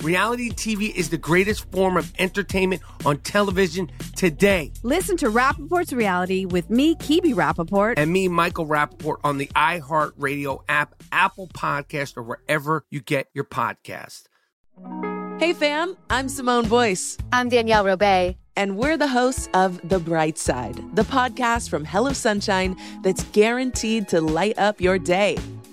Reality TV is the greatest form of entertainment on television today. Listen to Rappaport's Reality with me, Kibi Rappaport. And me, Michael Rappaport, on the iHeartRadio app, Apple Podcast, or wherever you get your podcast. Hey, fam, I'm Simone Boyce, I'm Danielle Robay. and we're the hosts of The Bright Side, the podcast from Hello Sunshine that's guaranteed to light up your day.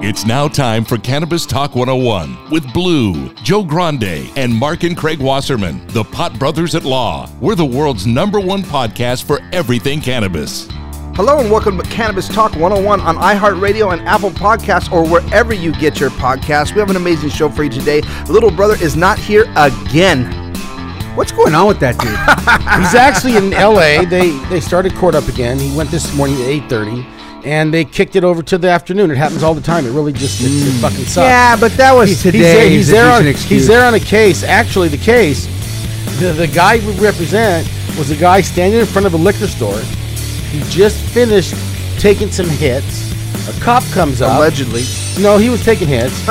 It's now time for Cannabis Talk 101 with Blue, Joe Grande, and Mark and Craig Wasserman, the Pot Brothers at Law. We're the world's number one podcast for everything cannabis. Hello and welcome to Cannabis Talk 101 on iHeartRadio and Apple Podcasts or wherever you get your podcasts. We have an amazing show for you today. Little brother is not here again. What's going on with that dude? He's actually in L.A. They they started court up again. He went this morning at eight thirty, and they kicked it over to the afternoon. It happens all the time. It really just it's, it fucking sucks. Yeah, but that was He's- today. He's there, he's It's there an on, excuse. he's there on a case. Actually, the case, the, the guy we represent was a guy standing in front of a liquor store. He just finished taking some hits. A cop comes up. Allegedly. No, he was taking hits.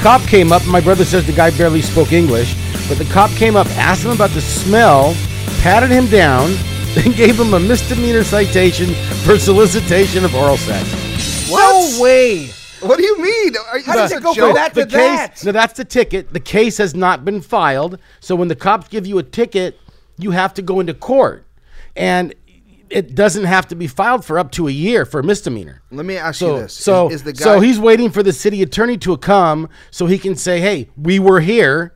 cop came up. My brother says the guy barely spoke English, but the cop came up, asked him about the smell, patted him down, then gave him a misdemeanor citation for solicitation of oral sex. What? No way. What do you mean? Are, how does it go from that the case, No, that's the ticket. The case has not been filed. So when the cops give you a ticket, you have to go into court, and it doesn't have to be filed for up to a year for a misdemeanor. Let me ask So, you this. so, is, is the guy, so he's waiting for the city attorney to come so he can say, "Hey, we were here.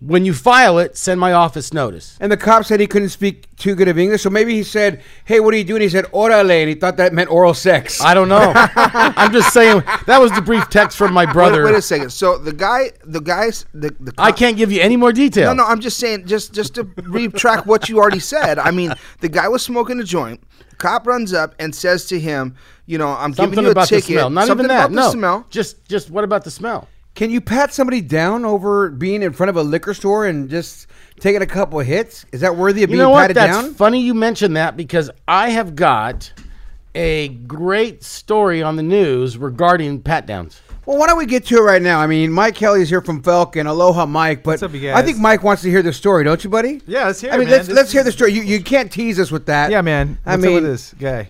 When you file it, send my office notice." And the cop said he couldn't speak too good of English, so maybe he said, "Hey, what are you doing?" He said "orale," and he thought that meant oral sex. I don't know. I'm just saying that was the brief text from my brother. Wait, wait a second. So the guy, the guys, the, the I cop- can't give you any more detail. No, no, I'm just saying, just just to retract what you already said. I mean, the guy was smoking a joint. Cop runs up and says to him, "You know, I'm Something giving you a about ticket. the smell. Not something even that. About no. the smell. Just, just what about the smell? Can you pat somebody down over being in front of a liquor store and just taking a couple of hits? Is that worthy of You being know what? patted That's down? funny you mentioned that because I have got a great story on the news regarding pat downs. well, why don't we get to it right now? I mean, Mike Kelly is here from Falcon. Aloha, Mike. But What's up, you guys? I think Mike wants to hear the story, don't you, buddy? Yeah, let's hear I it, mean, man. let's This let's hear is- the story. You you can't tease us with that. Yeah, man. I What's mean, up with this guy?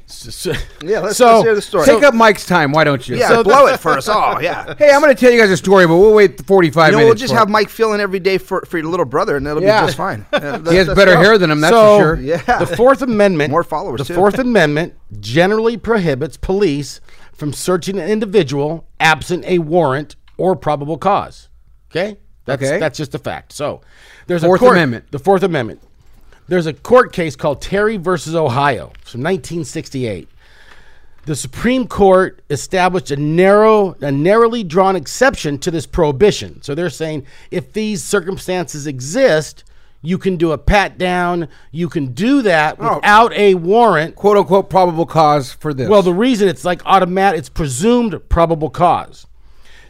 Yeah, let's, So- let's hear the story. take up Mike's time, why don't you? yeah, blow it for us all. Yeah. Hey, I'm going to tell you guys a story, but we'll wait 45 You know, minutes. we'll just for have it. Mike filling every day for, for your little brother, and that'll Yeah. be just fine. Yeah, He let's- has let's better go. hair than him, that's so, for sure. Yeah. the Fourth Amendment. More followers, The too. Fourth Amendment generally prohibits police from searching an individual absent a warrant or probable cause. Okay. That's, Okay. That's just a fact. So, there's Fourth a court, Amendment. The Fourth Amendment. There's a court case called Terry versus Ohio from 1968. The Supreme Court established a narrow, a narrowly drawn exception to this prohibition. So they're saying if these circumstances exist, you can do a pat down. You can do that without a warrant. quote unquote probable cause for this. Well, the reason it's like automatic, it's presumed probable cause.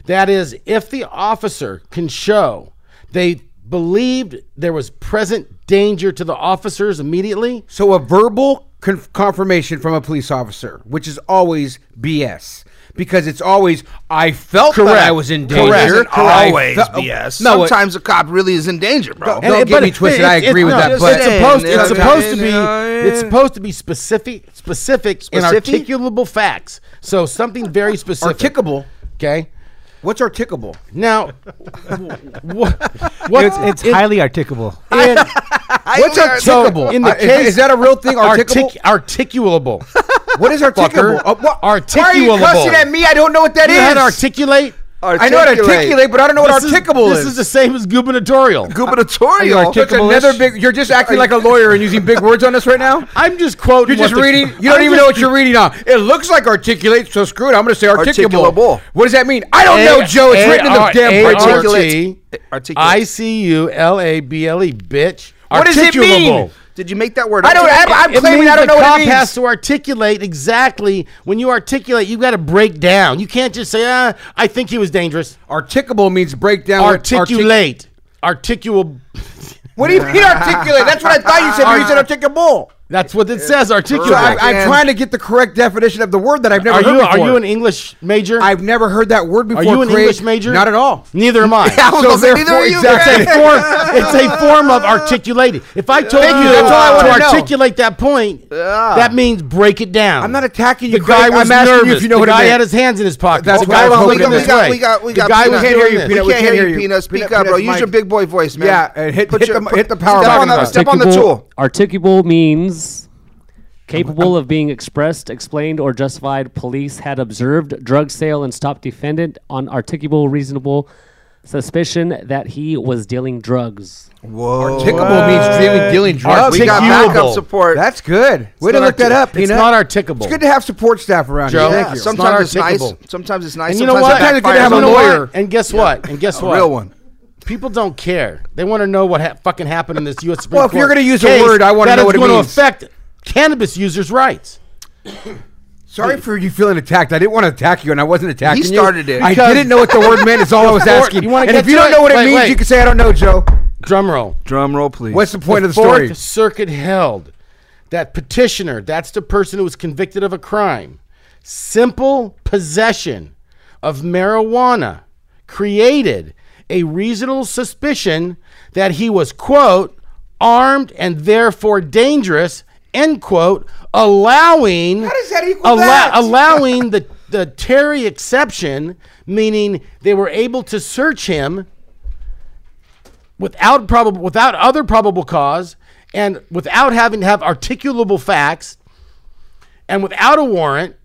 That is, if the officer can show they believed there was present danger to the officers immediately, so a verbal con- confirmation from a police officer, which is always BS. Because it's always I felt that I Correct. was in Correct. danger. Isn't I always felt- BS. No, it- Sometimes a cop really is in danger, bro. Don't get but me it- twisted, I it's- agree with no, that, It's, but- supposed, Yeah, it's supposed to yeah, be. It's supposed to be specific, specific, and Specific? articulable facts. So something very specific. Articulable? Okay. What's articulable? Now, what? what It's, it's in- highly articulable. in- What's articulable? So in the Uh, is- case, is, that a real thing? Articulable. Artic- articulable. what is articulable? fucker. Uh, what- Why are you Articulable. cussing at me? I don't know what that you is. know how to articulate? I know what Articulate. articulate, but I don't know what This is- articulable This is the same as gubernatorial. gubernatorial. That's another big. You're just acting like a lawyer and using big words on us right now. I'm just quoting. You're just what the- reading. You don't I'm even just- know what you're reading on. It looks like articulate, so screw it. I'm going to say articulable. Articulable. What does that mean? I don't know, Joe. It's written in the A-R- damn A-R-T- paperwork. Articulate. I C U L A B L E, bitch. What does it mean? Did you make that word? I don't. up? I'm, I'm It claiming means I don't the know what cop it has means. to articulate exactly. When you articulate, you've got to break down. You can't just say, ah, I think he was dangerous. Articulable means breakdown. Articulate. Articulable. What do you mean articulate? That's what I thought you said. when You said articulable. That's what it says, So I, articulate. I'm Again. trying to get the correct definition of the word that I've never Are heard you, are before. you an English major? I've never heard that word before. Are you an Craig. English major? Not at all. Neither am I. was So gonna say, neither therefore, are you, exactly. It's a form. It's a form of articulating. If I told you, That's all I wanna to know. articulate that point, that means break it down. I'm not attacking you, The Greg. guy was I'm asking you nervous. if you know the what it guy meant. had his hands in his pockets. That's the what I guy was was hoping hoping it this was that. way. We got, we the got, guy we was can't doing hear you, this. Peanut. We can't hear you, Peanut. Speak Peanut, up, bro. Peanut's Use your mic. big boy voice, man. Yeah, and hit- Put hit your- the- put- hit the power Step button. on the, step on the tool. Articulable means capable of being expressed, explained, or justified. Police had observed drug sale and stopped defendant on articulable reasonable suspicion that he was dealing drugs. Whoa. Articulable means dealing, dealing drugs. We got backup Articulable. support. That's good. Way to not look that artic- up, it's Peanut. not articulable. It's good to have support staff around Joe. here. yeah, Thank you. sometimes it's, It's not nice. articulable. Sometimes it's nice. And you know sometimes what? it Sometimes it's good to backfires have a on You you. know lawyer. what? And guess what? And guess what? real one. People don't care. They want to know what ha- fucking happened in this U.S. Supreme Well, if you're Court gonna use a case word, I wanna that know is what it gonna means. affect cannabis users' rights. Sorry for you feeling attacked. I didn't want to attack you, and I wasn't attacking you. started it. I Because- didn't know what the word meant. Is all I was Before- asking. you wanna and get if you to don't it? know what Wait, it means, wait. you can say I don't know, Joe. Drum roll. Drum roll, please. What's the point of the Fourth story? Circuit held that petitioner, that's the person who was convicted of a crime, simple possession of marijuana created a reasonable suspicion that he was, quote, armed and therefore dangerous, end quote, allowing How does that equal that? allowing the, the Terry exception, meaning they were able to search him without probable without other probable cause and without having to have articulable facts and without a warrant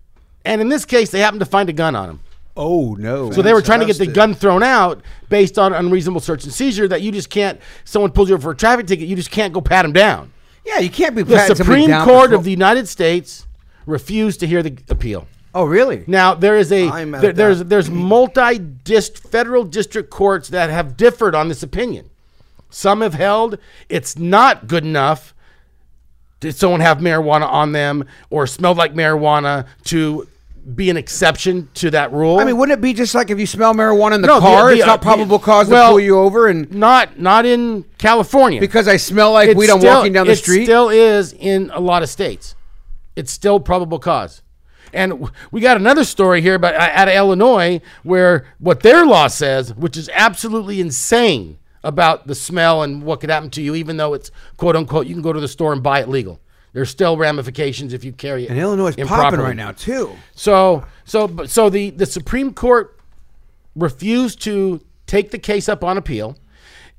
and in this case they happened to find a gun on him Oh no! so they were trying to get the gun thrown out based on unreasonable search and seizure that you just can't someone pulls you over for a traffic ticket you just can't go pat him down yeah, you can't be the supreme court of the united states refused to hear the appeal Oh really? now there is a I'm at there- there's that. there's multi dist federal district courts that have differed on this opinion. Some have held it's not good enough. Did someone have marijuana on them or smelled like marijuana to be an exception to that rule? I mean, wouldn't it be just like if you smell marijuana in the No, the- car, the- uh, it's not the- probable cause well, to pull you over, and not not in California because I smell like It's weed, I'm still- walking down the it street. still is in a lot of states. It's still probable cause. And w- we got another story here about uh, out of Illinois where what their law says, which is absolutely insane about the smell and what could happen to you, even though it's quote unquote you can go to the store and buy it legal. There's still ramifications if you carry it. and Illinois is popping improperly. right now too. So so but- so the the Supreme Court refused to take the case up on appeal.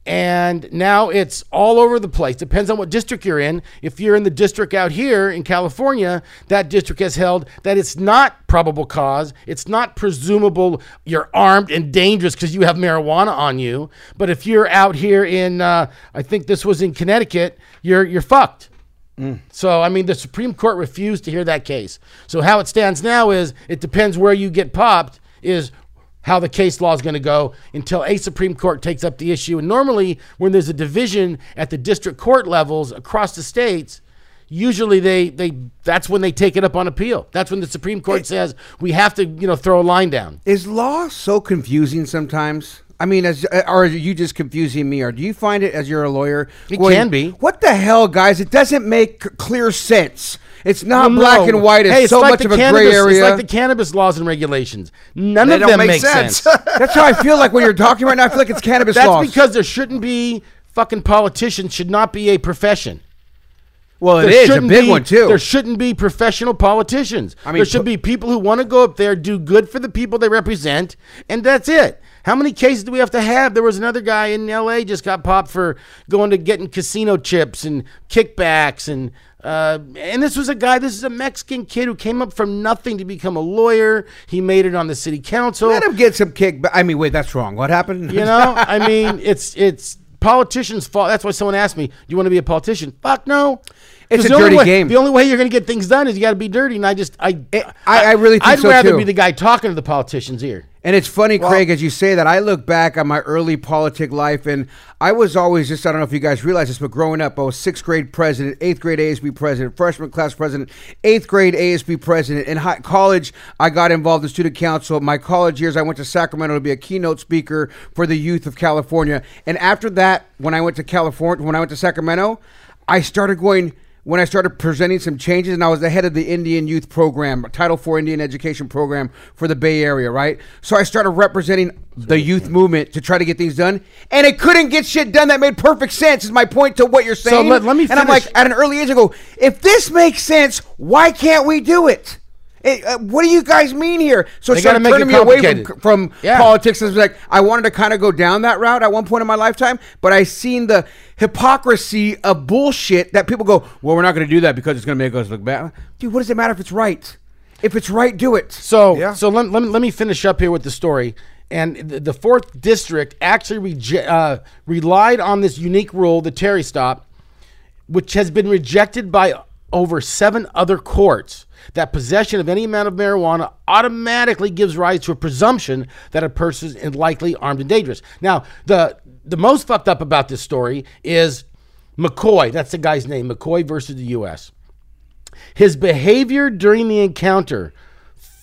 And now it's all over the place. Depends on what district you're in. If you're in the district out here in California, that district has held that it's not probable cause. It's not presumable you're armed and dangerous because you have marijuana on you. But if you're out here in, uh, I think this was in Connecticut, you're you're fucked. So, I mean, the Supreme Court refused to hear that case. So, how it stands now is it depends where you get popped, is how the case law is going to go until a Supreme Court takes up the issue. And normally, when there's a division at the district court levels across the states, usually they, they that's when they take it up on appeal. That's when the Supreme Court says we have to, you know, throw a line down. Is law so confusing sometimes? I mean, as uh, or are you just confusing me, or do you find it as you're a lawyer? It going, can be. What the hell, guys? It doesn't make c- clear sense. It's not No, black no. and white. It's Hey, so like much the of a cannabis- gray area. It's like the cannabis laws and regulations. None They of don't them make make sense. sense. That's how I feel like when you're talking right now. I feel like it's cannabis That's laws. because there shouldn't be fucking politicians should not be a profession. well, it There is a shouldn't big be- one too. There shouldn't be professional politicians. mean, there should p- be people who want to go up there, do good for the people they represent, and that's it. How many cases do we have to have? There was another guy in L.A. just got popped for going to getting casino chips and kickbacks and Uh, and this was a guy, this is a Mexican kid who came up from nothing to become a lawyer. He made it on the city council. Let him get some kick. But I mean, wait, that's wrong. What happened? You know, I mean, it's it's politicians' fault. That's why someone asked me, "Do you want to be a politician?" Fuck no. It's 'Cause a the only dirty way- game. The only way you're going to get things done is you got to be dirty, and I just I I- I really think I'd so, rather too. be the guy talking to the politician's ear. And it's funny, Craig, as you say that, I look back on my early politic life, and I was always just, I don't know if you guys realize this, but growing up, I was sixth grade president, eighth grade ASB president, freshman class president, eighth grade ASB president. In high, college, I got involved in student council. My college years, I went to Sacramento to be a keynote speaker for the youth of California. And after that, when I went to California, when I went to Sacramento, I started going, when I started presenting some changes, and I was the head of the Indian Youth Program, Title IV Indian Education Program for the Bay Area, right? So I started representing the youth movement to try to get things done, and it couldn't get shit done. That made perfect sense, is my point to what you're saying. let- let me And I'm finish. like, at an early age, I go, if this makes sense, why can't we do it? Eh, uh, what do you guys mean here? So it They gotta started make turning it me away from, complicated. from Yeah. politics. And like I wanted to kind of go down that route at one point in my lifetime, but I seen the hypocrisy of bullshit that people go, "Well, we're not going to do that because it's going to make us look bad." Dude, what does it matter if it's right? If it's right, do it. So so let, let, me- let me finish up here with the story. And the, the fourth district actually reje- uh, relied on this unique rule, the Terry stop, which has been rejected by over seven other courts. That possession of any amount of marijuana automatically gives rise to a presumption that a person is likely armed and dangerous. Now, the the most fucked up about this story is McCoy. That's the guy's name, McCoy versus the U.S. His behavior during the encounter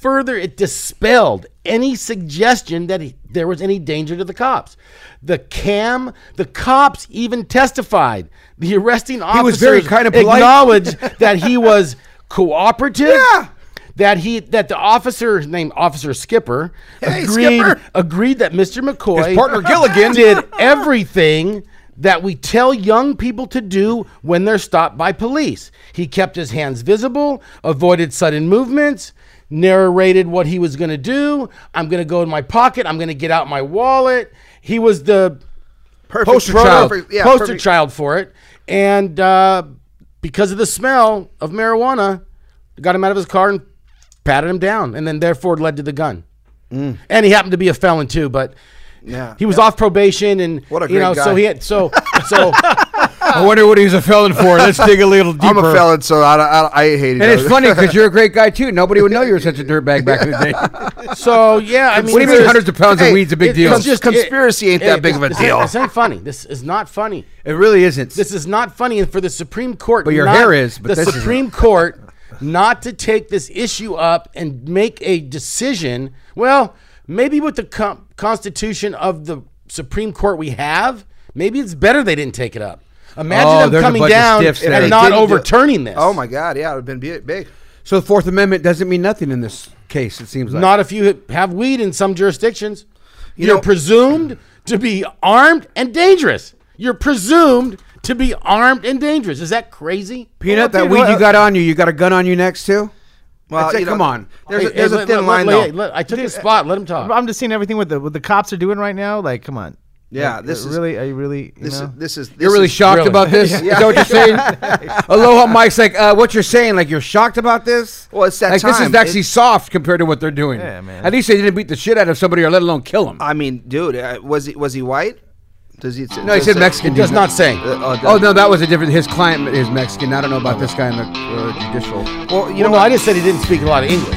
further it dispelled any suggestion that he, there was any danger to the cops. The cam, the cops even testified. The arresting officer was very kind of polite. acknowledged that he was cooperative. Yeah. That he that the officer named Officer Skipper agreed Skipper. agreed that Mr. McCoy His partner Gilligan. did everything that we tell young people to do when they're stopped by police. He kept his hands visible, avoided sudden movements, narrated what he was going to do. I'm going to go in my pocket. I'm going to get out my wallet. He was the Perfect. poster child, Perfect. Yeah, poster perfect. child for it. And uh, because of the smell of marijuana, got him out of his car and patted him down, and then therefore led to the gun. Mm. And he happened to be a felon too, but Yeah. he was off probation, and What a you great know, so guy. he had so so. I wonder what he was a felon for. Let's dig a little deeper. I'm a felon, so I, I, I hate And it. it's funny because you're a great guy too. Nobody would know you were such a dirtbag back in the day. So yeah, I mean, what do you mean it's- hundreds of pounds Hey, of weed's a big it- deal? it's just- Conspiracy ain't that big of a this ain't- deal. This ain't funny. This is not funny. it really isn't. This is not funny, and for the Supreme Court, But your not- hair is, but the this isn't. Supreme Court not to take this issue up and make a decision. Well, maybe with the com- Constitution of the Supreme Court we have, maybe it's better they didn't take it up. Oh, Imagine them there's a coming bunch of down stiffs there. and They not didn't do it. overturning this. Oh my God! Yeah, it would have been bi- big. so the Fourth Amendment doesn't mean nothing in this case. It seems like Not if you have weed in some jurisdictions. You You're know- presumed to be armed and dangerous. You're presumed to be armed and dangerous. Is that crazy? peanut. Well, That dude, weed what- you got on you, you got a gun on you next too. Well, I'd say, you know, come on. There's, Hey, a, there's hey, a let- thin let- line let- though. let- I took his spot. Let him talk. I'm just seeing everything with the what the cops are doing right now. Like, come on. Yeah, Like, this is- really. Are you really? You This is know? this is this You're really is- shocked Really? about this? Is that what you're saying? Aloha Mike's like, uh, what you're saying? Like, you're shocked about this? Well, it's that like, This is time. actually It- soft compared to what they're doing. Yeah, man. At least they didn't beat the shit out of somebody or let alone kill him. I mean, dude, uh, was he was he white? Does he? no, he said Mexican. does dude. not say. Uh, oh, it Oh, does- no, that was a different. His client is Mexican. I don't know about this guy in the uh, judicial. Well, well, you know, no, I what? just said he didn't speak a lot of English.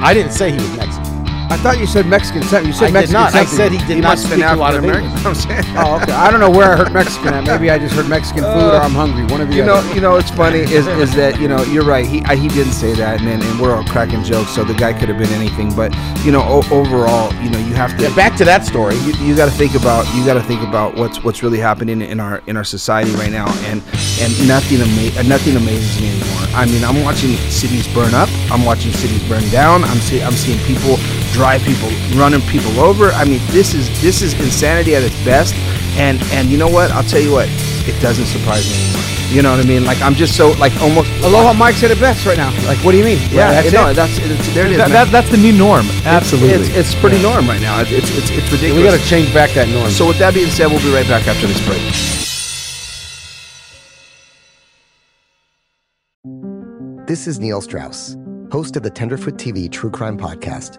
I didn't say he was Mexican. I thought you said Mexican. something. You I said did Mexican. not. I something. said he did he not must have been speak a lot of African American. English. I'm saying. Oh, okay. I don't know where I heard Mexican at. Maybe I just heard Mexican food or I'm hungry. One of you. You know, you know, it's funny is is that you know you're right. He I, he didn't say that, and, and we're all cracking jokes, so the guy could have been anything. But you know, o- overall, you know, you have to Yeah, back to that story. you, you got to think about you got to think about what's what's really happening in our in our society right now and and nothing ama- uh, nothing amazes me anymore i mean i'm watching cities burn up i'm watching cities burn down i'm see, i'm seeing people drive people running people over i mean this is this is insanity at its best and and you know what i'll tell you what it doesn't surprise me anymore you know what i mean like i'm just so like almost Aloha Mike said it best right now. Like, what do you mean? yeah, that's no, it. that's it's, there it is. that, man. that, that's the new norm. Absolutely. it's, it's pretty norm right now. It's it's, it's, it's ridiculous. We got to change back that norm. So with that being said, we'll be right back after this break. This is Neil Strauss, host of the Tenderfoot TV True Crime Podcast,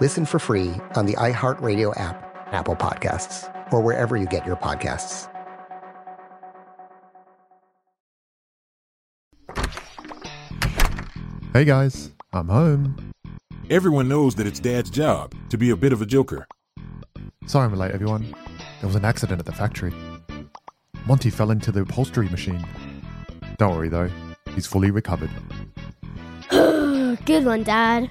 Listen for free on the iHeartRadio app, Apple Podcasts, or wherever you get your podcasts. Hey guys, I'm home. Everyone knows that it's Dad's job to be a bit of a joker. Sorry I'm late, everyone. There was an accident at the factory. Monty fell into the upholstery machine. Don't worry though, he's fully recovered. Good one, Dad.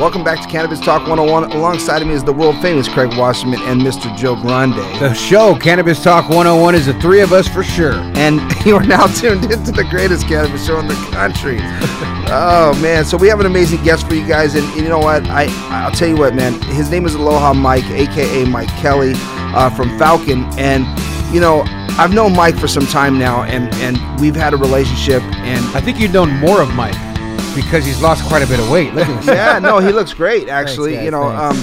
Welcome back to Cannabis Talk 101. Alongside of me is the world famous Craig Wasserman and Mr. Joe Grande. The show, Cannabis Talk 101, is the three of us for sure. And you are now tuned into the greatest cannabis show in the country. oh man! So we have an amazing guest for you guys, and you know what? I I'll tell you what, man. His name is Aloha Mike, aka Mike Kelly, uh, from Falcon, and you know I've known Mike for some time now, and and we've had a relationship, and I think you've known more of Mike because he's lost quite a bit of weight. Look at him. yeah, no, he looks great actually. guys, you know, um,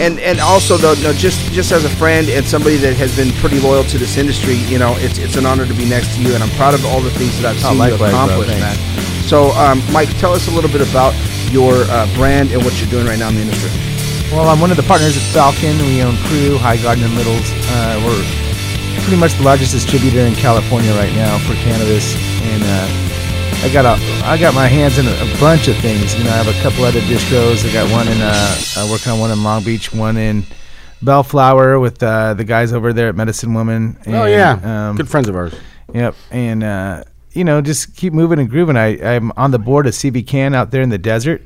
and and also though, no, just just as a friend and somebody that has been pretty loyal to this industry, you know, it's it's an honor to be next to you, and I'm proud of all the things that I've Oh, seen you likewise, bro. accomplish, Thanks. man. So, um, Mike, tell us a little bit about your uh, brand and what you're doing right now in the industry. Well, I'm one of the partners at Falcon. We own Crew, High Garden, and Littles. Uh, we're pretty much the largest distributor in California right now for cannabis, and uh, I got a, I got my hands in a, a bunch of things. You know, I have a couple other distros. I got one in uh, uh, working on one in Long Beach, one in Bellflower with uh, the guys over there at Medicine Woman. um, Oh, yeah. Good friends of ours. Yep, and uh, you know, just keep moving and grooving. I, I'm on the board of CB Can out there in the desert,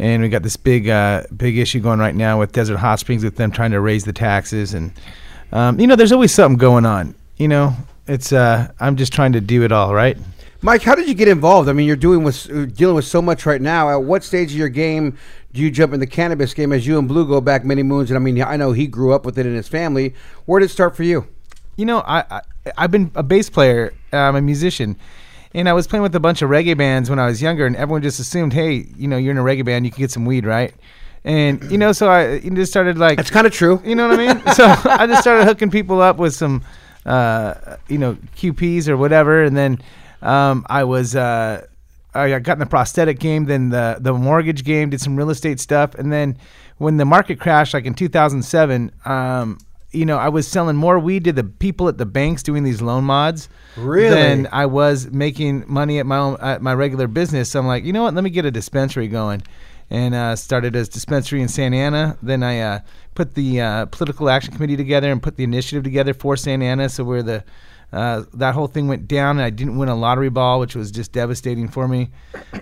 and we got this big uh, big issue going right now with Desert Hot Springs with them trying to raise the taxes, and um, you know, there's always something going on. You know, it's uh, I'm just trying to do it all right. Mike, how did you get involved? I mean, you're doing with you're dealing with so much right now. At what stage of your game do you jump in the cannabis game? As you and Blue go back many moons, and I mean, I know he grew up with it in his family. Where did it start for you? you know, I, I I've been a bass player. I'm a musician, and I was playing with a bunch of reggae bands when I was younger, and everyone just assumed, hey, you know, you're in a reggae band, you can get some weed, right? And you know, so I you know, just started like that's kind of true. You know what I mean? so I just started hooking people up with some, uh, you know, QPs or whatever, and then um, I was. Uh, I got in the prosthetic game, then the the mortgage game, did some real estate stuff, and then when the market crashed, like in 2007, um, you know, I was selling more weed to the people at the banks doing these loan mods Really? than I was making money at my own at my regular business. So I'm like, you know what? Let me get a dispensary going, and uh, started as dispensary in Santa Ana. Then I uh, put the uh, political action committee together and put the initiative together for Santa Ana. So where the uh, that whole thing went down, and I didn't win a lottery ball, which was just devastating for me.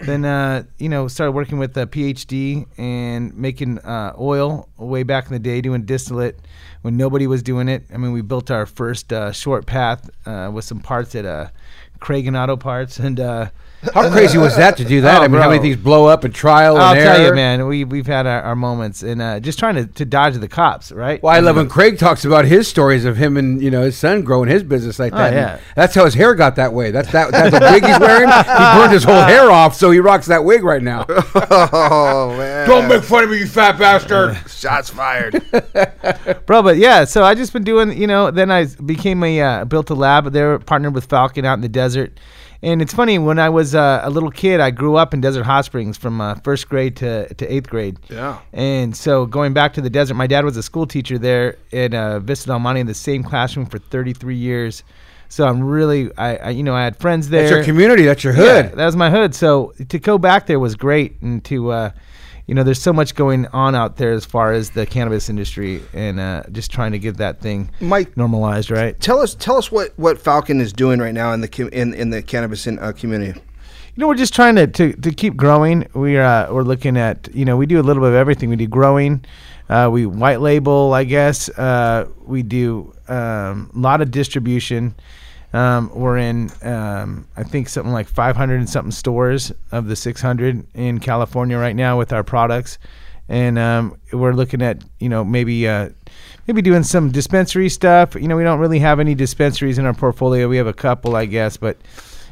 then, uh, you know, started working with a PhD and making uh, oil way back in the day, doing distillate when nobody was doing it. I mean, we built our first uh, short path uh, with some parts at uh, Craig and Auto Parts, and uh, How crazy was that to do that? Oh, I mean, how bro. many things blow up and trial I'll and error? tell you, man, we we've had our, our moments, and uh, just trying to, to dodge the cops, right? Well, I love when Craig talks about his stories of him and you know his son growing his business like Oh, that. And yeah. that's how his hair got that way. That's that that's the wig he's wearing. He burned his whole hair off, so he rocks that wig right now. oh man! Don't make fun of me, you fat bastard. Shots fired. bro. But yeah, so I just been doing, you know. Then I became a uh, built a lab. They were partnered with Falcon out in the desert, and it's funny when I was uh, a little kid, I grew up in Desert Hot Springs from uh, first grade to to eighth grade. Yeah. And so going back to the desert, my dad was a school teacher there in uh, Vista Del Monte in the same classroom for 33 years. So I'm really, I, I you know, I had friends there. That's your community. That's your hood. Yeah, that was my hood. So to go back there was great, and to uh, you know, there's so much going on out there as far as the cannabis industry, and uh, just trying to get that thing Mike- normalized, right? tell us, tell us what what Falcon is doing right now in the com- in in the cannabis in, uh, community. you know, we're just trying to, to, to keep growing. We're uh, we're looking at you know we do a little bit of everything. We do growing, uh, we white label, I guess. Uh, we do um, a lot of distribution. Um, we're in um, I think something like 500 and something stores of the 600 in California right now with our products, and um, we're looking at you know maybe. Uh, Maybe doing some dispensary stuff. You know, we don't really have any dispensaries in our portfolio. We have a couple, I guess, but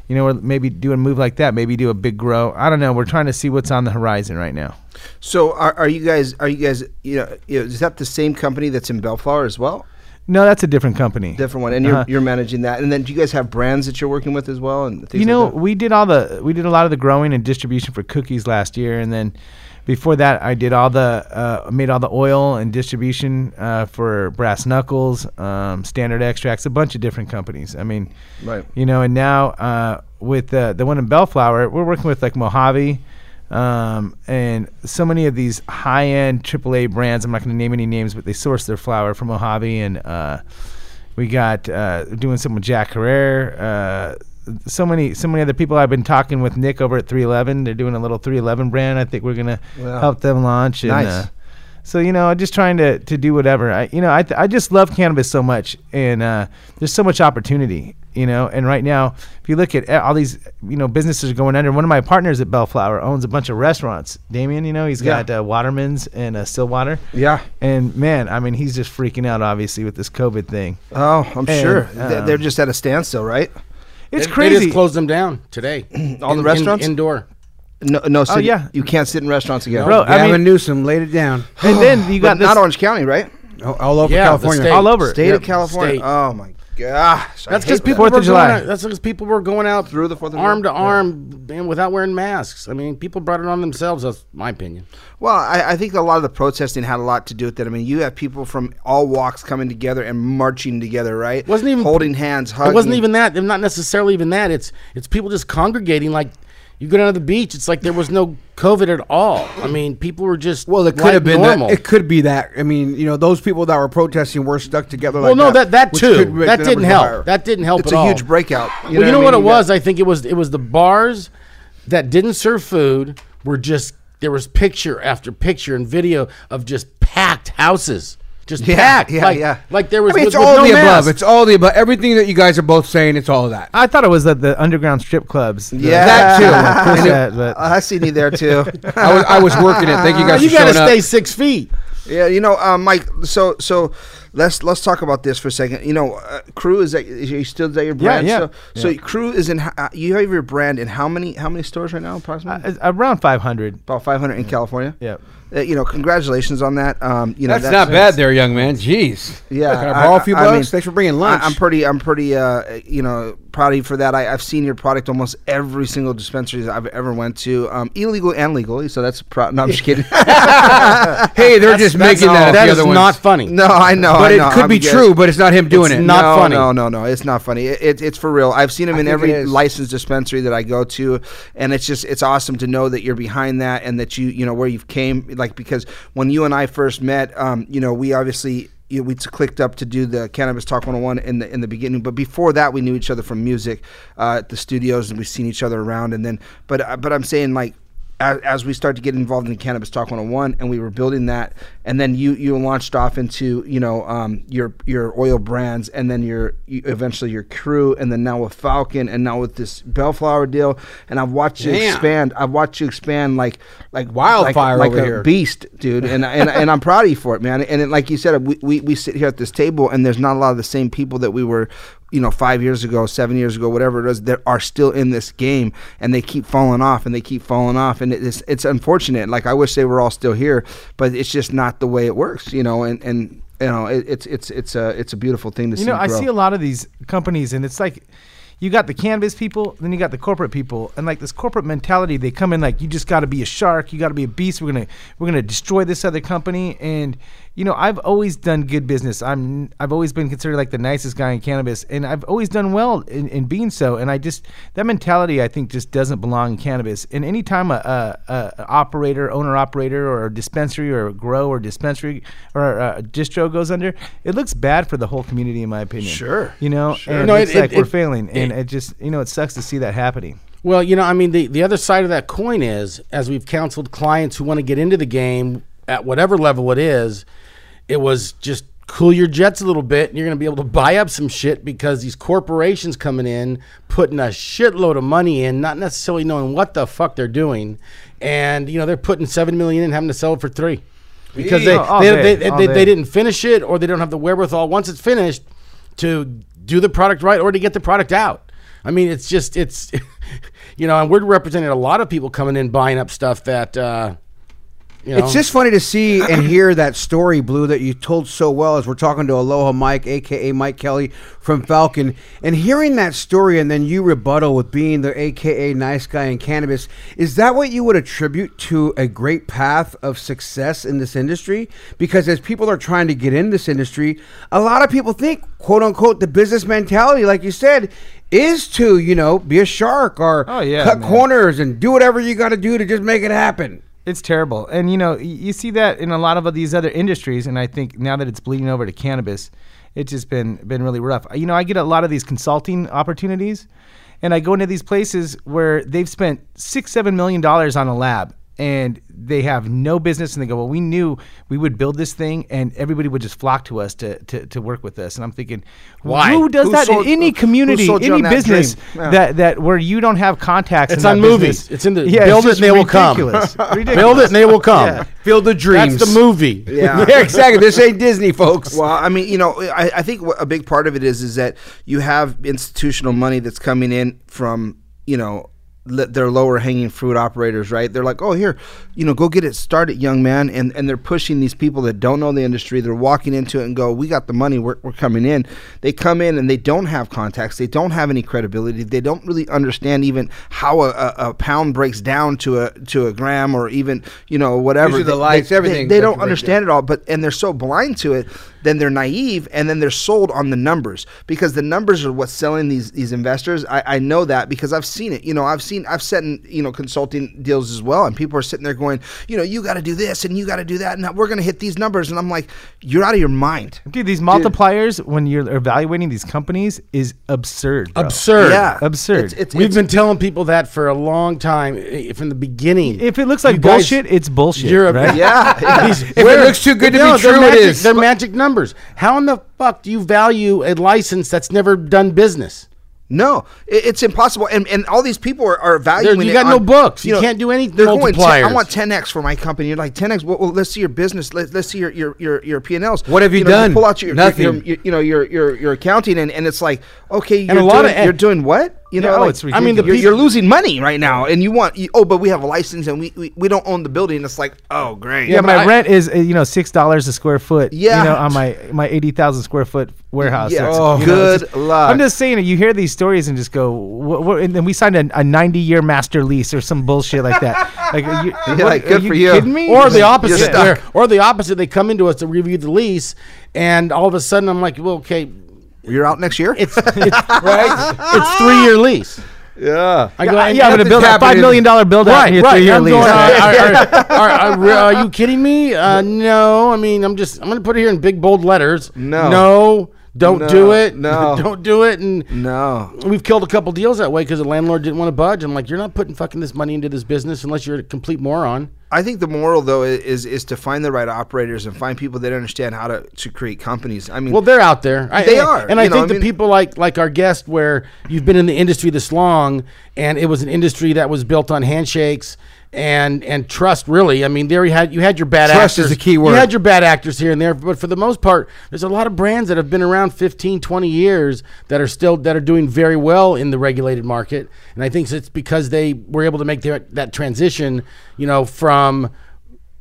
you know, or maybe do a move like that, maybe do a big grow. I don't know. We're trying to see what's on the horizon right now. So, are, are you guys? Are you guys? You know, you know, is that the same company that's in Bellflower as well? No, that's a different company. Different one, and you're, Uh-huh. you're managing that. And then, do you guys have brands that you're working with as well? And things you know, like we did all the we did a lot of the growing and distribution for cookies last year, and then before that, I did all the uh, made all the oil and distribution uh, for Brass Knuckles, um, Standard Extracts, a bunch of different companies. I mean, Right. You know, and now uh, with uh, the one in Bellflower, we're working with like Mojave. Um, and so many of these high-end AAA brands. I'm not going to name any names, but they source their flour from Mojave, and uh, we got uh, doing some with Jack Herrera. Uh, so many, so many other people. I've been talking with Nick over at 311. They're doing a little 311 brand. I think we're gonna Wow. help them launch. And, Nice. uh, so you know, just trying to, to do whatever. I you know, I, th- I just love cannabis so much, and uh, there's so much opportunity. You know, and right now, if you look at a- all these, you know, businesses are going under. One of my partners at Bellflower owns a bunch of restaurants. Damien, you know, he's Yeah. got uh, Waterman's and uh, Stillwater. Yeah. And man, I mean, he's just freaking out, obviously, with this COVID thing. that? Oh, I'm And, sure They- um, they're just at a standstill, right? It's They- They just closed them down today. All In- the in- restaurants? indoor. No, no. So yeah. you can't sit in restaurants again. Oh, Bro, I mean- Gavin Newsom laid it down. And then you But got this, not Orange County, right? All, all over Yeah, the California. state. all over State Yep. of California. State. Oh my gosh! I That's hate because people Fourth were of July. Going out, that's because people were going out Through the Fourth of arm to July. arm and without wearing masks. I mean, people brought it on themselves. That's my opinion. Well, I, I think a lot of the protesting had a lot to do with that. I mean, you have people from all walks coming together and marching together, right? Wasn't even holding hands, hugging. It wasn't even that. Not necessarily even that. It's it's people just congregating. Like you go down to the beach. It's like there was no COVID at all. I mean, people were just well. It could have been that. It could be that. I mean, you know, those people that were protesting were stuck together. well, like no, that that, which could too. make That the didn't numbers help. higher. That didn't help It's at a all. huge breakout. You know, well, you know I what, mean? it got- was? I think it was it was the bars that didn't serve food were just there was picture after picture and video of just packed houses, just Yeah, packed. yeah, like, yeah. Like there was I mean, with- it's with all no the mask. above. It's all the above. Everything that you guys are both saying, it's all of that. I thought it was at the underground strip clubs. Yeah, That too. Push I, knew- that, but- I seen you there too. I was, I was working it. Thank you guys you for gotta showing stay up. six feet. Yeah, you know, uh, Mike. So, so let's let's talk about this for a second. You know, uh, Crew is that is you still is that your brand? yeah. So, Yeah. so Crew is in. ho- Uh, you have your brand in how many how many stores right now Uh, approximately? It's Uh, around 500. About 500 in California. Yeah. Uh, you know, congratulations on that. Um, you know, That's not bad, there, young man. Jeez. Yeah, Can I borrow a few bucks? Thanks for bringing I- lunch. I'm pretty, I'm pretty, uh, you know, proud of you for that. I, I've seen your product almost every single dispensary that I've ever went to, um, illegal and legally. So that's proud. No, I'm just kidding. hey, they're just making that. at the That is other ones. not funny. no, I know. but I it know. could I'm be just- true, but it's not him doing It's it. not No, funny. No, no, no, it's not funny. It, it- it's for real. I've seen him I in think it every is. licensed dispensary that I go to, and it's just it's awesome to know that you're behind that and that you you know where you've came like because when you and I first met, um, you know, we obviously. You know, we clicked up to do the Cannabis Talk 101 in the in the beginning, but before that, we knew each other from music uh, at the studios, and we've seen each other around. And then, but uh, but I'm saying like as, as we start to get involved in cannabis talk 101 and we were building that and then you you launched off into you know um, your your oil brands and then your you, eventually your crew and then now with falcon and now with this bellflower deal and i've watched you Damn. expand i've watched you expand like like like- Wildfire like, over a here. beast dude and, and and i'm proud of you for it man and it, like you said we, we we sit here at this table and there's not a lot of the same people that we were you know five years ago seven years ago whatever it is that are still in this game and they keep falling off and they keep falling off and it's it's unfortunate like i wish they were all still here but it's just not the way it works you know and and you know it, it's it's it's a it's a beautiful thing to you see know, I grow. see a lot of these companies, and it's like you got the cannabis people, then you got the corporate people, and like this corporate mentality, they come in like you just got to be a shark, you got to be a beast. We're gonna we're gonna destroy this other company, and you know, I've always done good business. I'm I've always been considered like the nicest guy in cannabis, and I've always done well in, in being so. And I just that mentality, I think, just doesn't belong in cannabis. And anytime a, a, a a operator, owner operator, or a dispensary, or a grow or dispensary or a, a distro goes under, it looks bad for the whole community, in my opinion. Sure. You know, Sure. and No, it's it- like it- we're it- failing, and it just you know it sucks to see that happening. Well, you know, I mean, the, the other side of that coin is as we've counseled clients who want to get into the game at whatever level it is, it was just cool your jets a little bit and you're going to be able to buy up some shit because these corporations coming in, putting a shitload of money in, not necessarily knowing what the fuck they're doing. And, you know, they're putting 7 million in having to sell it for 3 because they, Yeah, all oh, they, day, they, all they, day. they didn't finish it or they don't have the wherewithal once it's finished to do the product right or to get the product out. I mean, it's just it's you know, and we're representing a lot of people coming in buying up stuff that uh, you know. It's just funny to see and hear that story, Blue, that you told so well as we're talking to Aloha Mike, aka Mike Kelly from Falcon, and hearing that story and then you rebuttal with being the aka nice guy in cannabis, is that what you would attribute to a great path of success in this industry? Because as people are trying to get in this industry, a lot of people think, quote unquote, the business mentality, like you said, is to, you know, be a shark or yeah, cut man. corners and do whatever you gotta do to just make it happen. It's terrible. And you know, y- you see that in a lot of these other industries and I think now that it's bleeding over to cannabis, it's just been been really rough. You know, I get a lot of these consulting opportunities and I go into these places where they've spent 6-7 million dollars on a lab and they have no business and they go, "Well, we knew we would build this thing and everybody would just flock to us to to, to work with us." And I'm thinking, Why? Who does Who that sold- in any who- who community, sold you on any that business dream? Yeah. that uh, that where you don't have contacts It's in that on business? movies. It's in the Yeah, build it it's and they will come. ridiculous. ridiculous. Build it and they will come. Yeah. Field of That's the movie. Yeah. exactly. This ain't Disney, folks. Well, I mean, you know, I, I think wh- a big part of it is is that you have institutional money that's coming in from you know le- their lower hanging fruit operators, right? They're like, oh, here, you know, go get it started, young man, and and they're pushing these people that don't know the industry. They're walking into it and go, we got the money, we're, we're coming in. They come in and they don't have contacts, they don't have any credibility, they don't really understand even how a, a, a pound breaks down to a to a gram or even you know whatever Usually the They- they- lights, they- everything They, that don't break down. understand understand it all, but and they're so blind to it, then they're naive, and then they're sold on the numbers because the numbers are what's selling these these investors. I, I know that because I've seen it. You know, I've seen I've set in you know consulting deals as well, and people are sitting there going, you know, you got to do this and you got to do that, and we're going to hit these numbers, and I'm like, you're out of your mind. Dude, these multipliers when you're evaluating these companies is absurd. bro. Absurd. absurd. We've been telling people that for a long time, eh, from the beginning. If it looks like You guys- bullshit, it's bullshit. You're a- right? These- we're- no, they're magic- They're magic numbers. How in the fuck do you value a license that's never done business? No, it, it's impossible. And and all these people are, are valuing. you it got on- no books. You can't do any they're going, multipliers. I want 10x for my company. You're like 10x. Well, well, let's see your business. Let, let's see your your your, your P and Ls. What have you done? pull out your, your- Nothing. your- your- you know your your your accounting, and, and it's like okay, And you're a lot doing, e- of- you're doing what? You Yeah, know, oh, like, it's I mean, the ridiculous. you're, you're losing money right now, and you want you, oh, but we have a license and we, we we don't own the building. It's like oh, great. Yeah, my rent is uh, you know six dollars a square foot. Yeah. you know on my my eighty thousand square foot warehouse. Yeah, It's, oh, you know, it's good just- luck. I'm just saying, you hear these stories and just go, what, what, and then we signed a, a ninety year master lease or some bullshit like that. like, are you, Yeah, what- good are for you. Kidding me? Or the You're opposite, stuck. where, or the opposite, they come into us to review the lease, and all of a sudden I'm like, well, okay, you're out next year. It's, it's right. It's three year lease. Yeah, I go, Yeah, and yeah, I'm nothing's gonna build a five happening. million dollar build out Right, in your right. three year I'm lease. going, uh, are, are- are- are you kidding me? Uh, no, I mean, I'm just, I'm gonna put it here in big bold letters. No. no, don't No, do it. no. don't do it. And no, we've killed a couple deals that way because the landlord didn't want to budge. I'm like, you're not putting fucking this money into this business unless you're a complete moron. I think the moral though i- is is to find the right operators and find people that understand how to, to create companies. I mean, Well, they're out there. I, they and- are, and I you know, think the mean, people like like our guest, where you've been in the industry this long, and it was an industry that was built on handshakes and and trust. Really, I mean, there you had you had your bad Trust actors. is the key word. You had your bad actors here and there, but for the most part, there's a lot of brands that have been around 15, 20 years that are still that are doing very well in the regulated market, and I think it's because they were able to make their, that transition, you know, from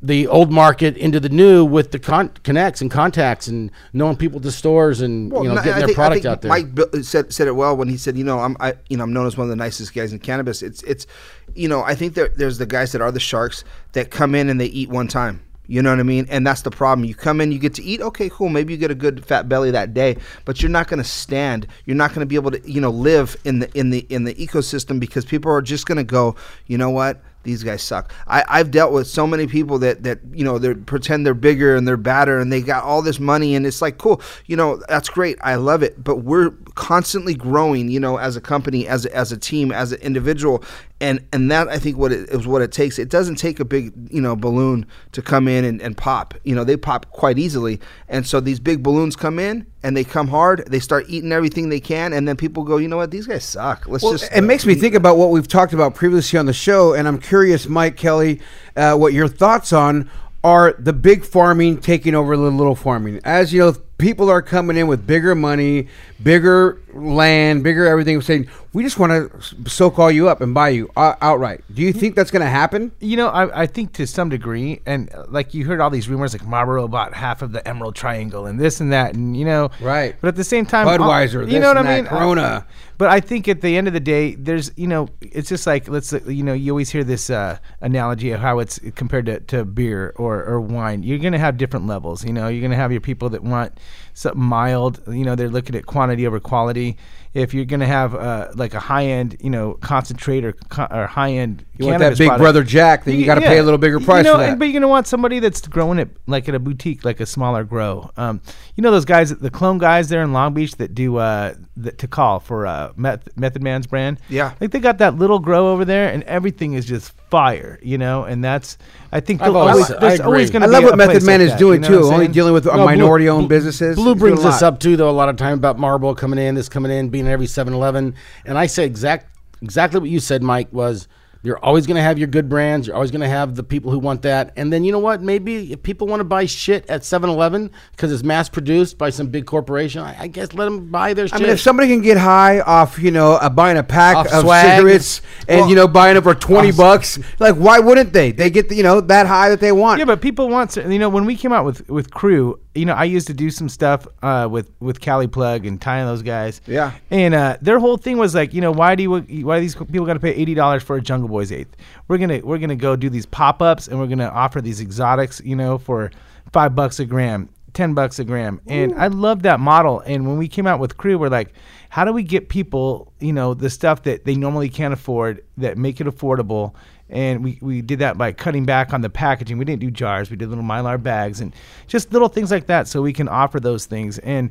the old market into the new with the con- connects and contacts and knowing people at the stores and Well, you know no, getting I their think- I product think out there. Mike Bill- uh, said said it well when he said, you know, I'm I, you know I'm known as one of the nicest guys in cannabis. It's it's, you know, I think there, there's the guys that are the sharks that come in and they eat one time. You know what I mean? And that's the problem. You come in, you get to eat. Okay, cool. Maybe you get a good fat belly that day, but you're not going to stand. You're not going to be able to, you know, live in the in the in the ecosystem because people are just going to go. You know what? These guys suck. I, I've dealt with so many people that that you know they pretend they're bigger and they're badder and they got all this money and it's like cool. You know that's great. I love it. But we're constantly growing. You know, as a company, as a, as a team, as an individual, and and that I think what it is what it takes. It doesn't take a big you know balloon to come in and, and pop. You know they pop quite easily. And so these big balloons come in and they come hard. They start eating everything they can, and then people go, you know what, these guys suck. Let's Well, just it makes me think about what we've talked about previously on the show, and I'm curious, Mike Kelly, uh, what your thoughts on are the big farming taking over the little farming? As you know, people are coming in with bigger money, bigger land, bigger everything, saying we just want to so call you up and buy you uh, outright. Do you think that's going to happen? You know, I, I think to some degree, and uh, like you heard all these rumors, like Marlboro bought half of the Emerald Triangle and this and that, and you know, right. But at the same time, Budweiser, uh, this you know what and I that, mean? Corona. But I think at the end of the day, there's you know, it's just like let's uh, you know, you always hear this uh, analogy of how it's compared to, to beer or, or wine. You're gonna have different levels. You know, you're gonna have your people that want something mild. You know, they're looking at quantity over quality. If you're gonna have uh, like a high end, you know, concentrate or, co- or high end, You want that big brother Jack, then you gotta pay a little bigger price you know, for that. and- But you're gonna want somebody that's growing it like at a boutique, like a smaller grow. Um, you know those guys, the clone guys there in Long Beach that do uh, that to call for uh, Meth- Method Man's brand. Yeah. like they got that little grow over there, and everything is just fire. You know, and that's I think I've there'll always- always, I there's agree. always gonna. I love be what a Method place Man like is that, doing you know what too, I'm only saying? dealing with uh, No, Blue- minority-owned businesses. Blue He's doing brings a this lot. up too, though. A lot of time about Marlboro coming in, this coming in, being in every 7-Eleven, and I say exact exactly what you said, Mike. Was you're always going to have your good brands. You're always going to have the people who want that. And then you know what? Maybe if people want to buy shit at 7-Eleven because it's mass produced by some big corporation, I, I guess let them buy their shit. I mean, if somebody can get high off, you know, uh, buying a pack Off of swag. cigarettes and Well- you know buying it for twenty Off- bucks, like why wouldn't they? They get the, you know that high that they want. Yeah, but people want certain. You know, when we came out with with crew, you know, I used to do some stuff uh, with with Cali Plug and Ty and those guys. Yeah. and uh, their whole thing was like, you know, why do you why are these people going to pay eighty dollars for a Jungle Boys eighth? We're gonna we're gonna go do these pop ups and we're gonna offer these exotics, you know, for five bucks a gram, ten bucks a gram, and I love that model. And when we came out with crew, we're like. How do we get people, you know, the stuff that they normally can't afford, that make it affordable, and we, we did that by cutting back on the packaging. We didn't do jars. We did little mylar bags and just little things like that, so we can offer those things. And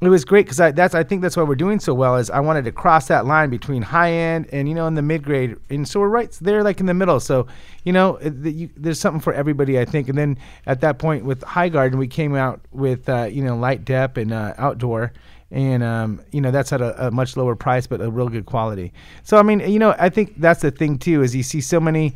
it was great because I that's I think that's why we're doing so well is I wanted to cross that line between high end and you know in the mid grade, and so we're right there like in the middle. So you know it- the, you, there's something for everybody I think. And then at that point with High Garden, we came out with uh, you know light dep and uh, outdoor and um, you know that's at a, a much lower price but a real good quality so i mean you know i think that's the thing too is you see so many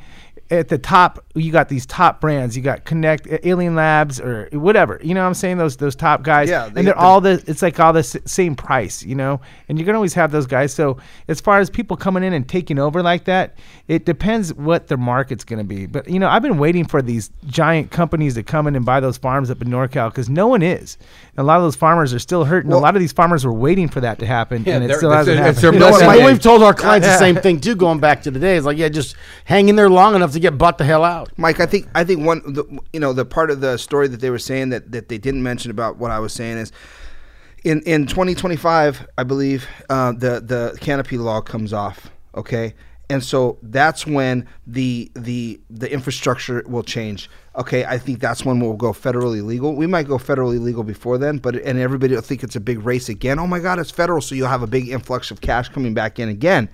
at the top, you got these top brands. You got Connect, Alien Labs, or whatever. You know what I'm saying? Those those top guys. Yeah, they- and they're they- all the. It's like all the s- same price, you know. And you're gonna always have those guys. So as far as people coming in and taking over like that, it depends what their market's gonna be. But you know, I've been waiting for these giant companies to come in and buy those farms up in NorCal because no one is. And a lot of those farmers are still hurting. a lot of these farmers were waiting for that to happen, Yeah, and it they're- still they're- hasn't they're- happened. they're You know what, blessing Mike? it. we've told our clients the same thing too. Going back to the day, it's like yeah, just hang in there long enough to get bought the hell out. Mike, I think I think one the, you know the part of the story that they were saying that that they didn't mention about what I was saying is. In, in 2025, I believe uh, the the canopy law comes off. Okay, and so that's when the the the infrastructure will change. Okay, I think that's when we'll go federally legal. We might go federally legal before then, but and everybody will think it's a big race again. Oh my God, it's federal, so you'll have a big influx of cash coming back in again.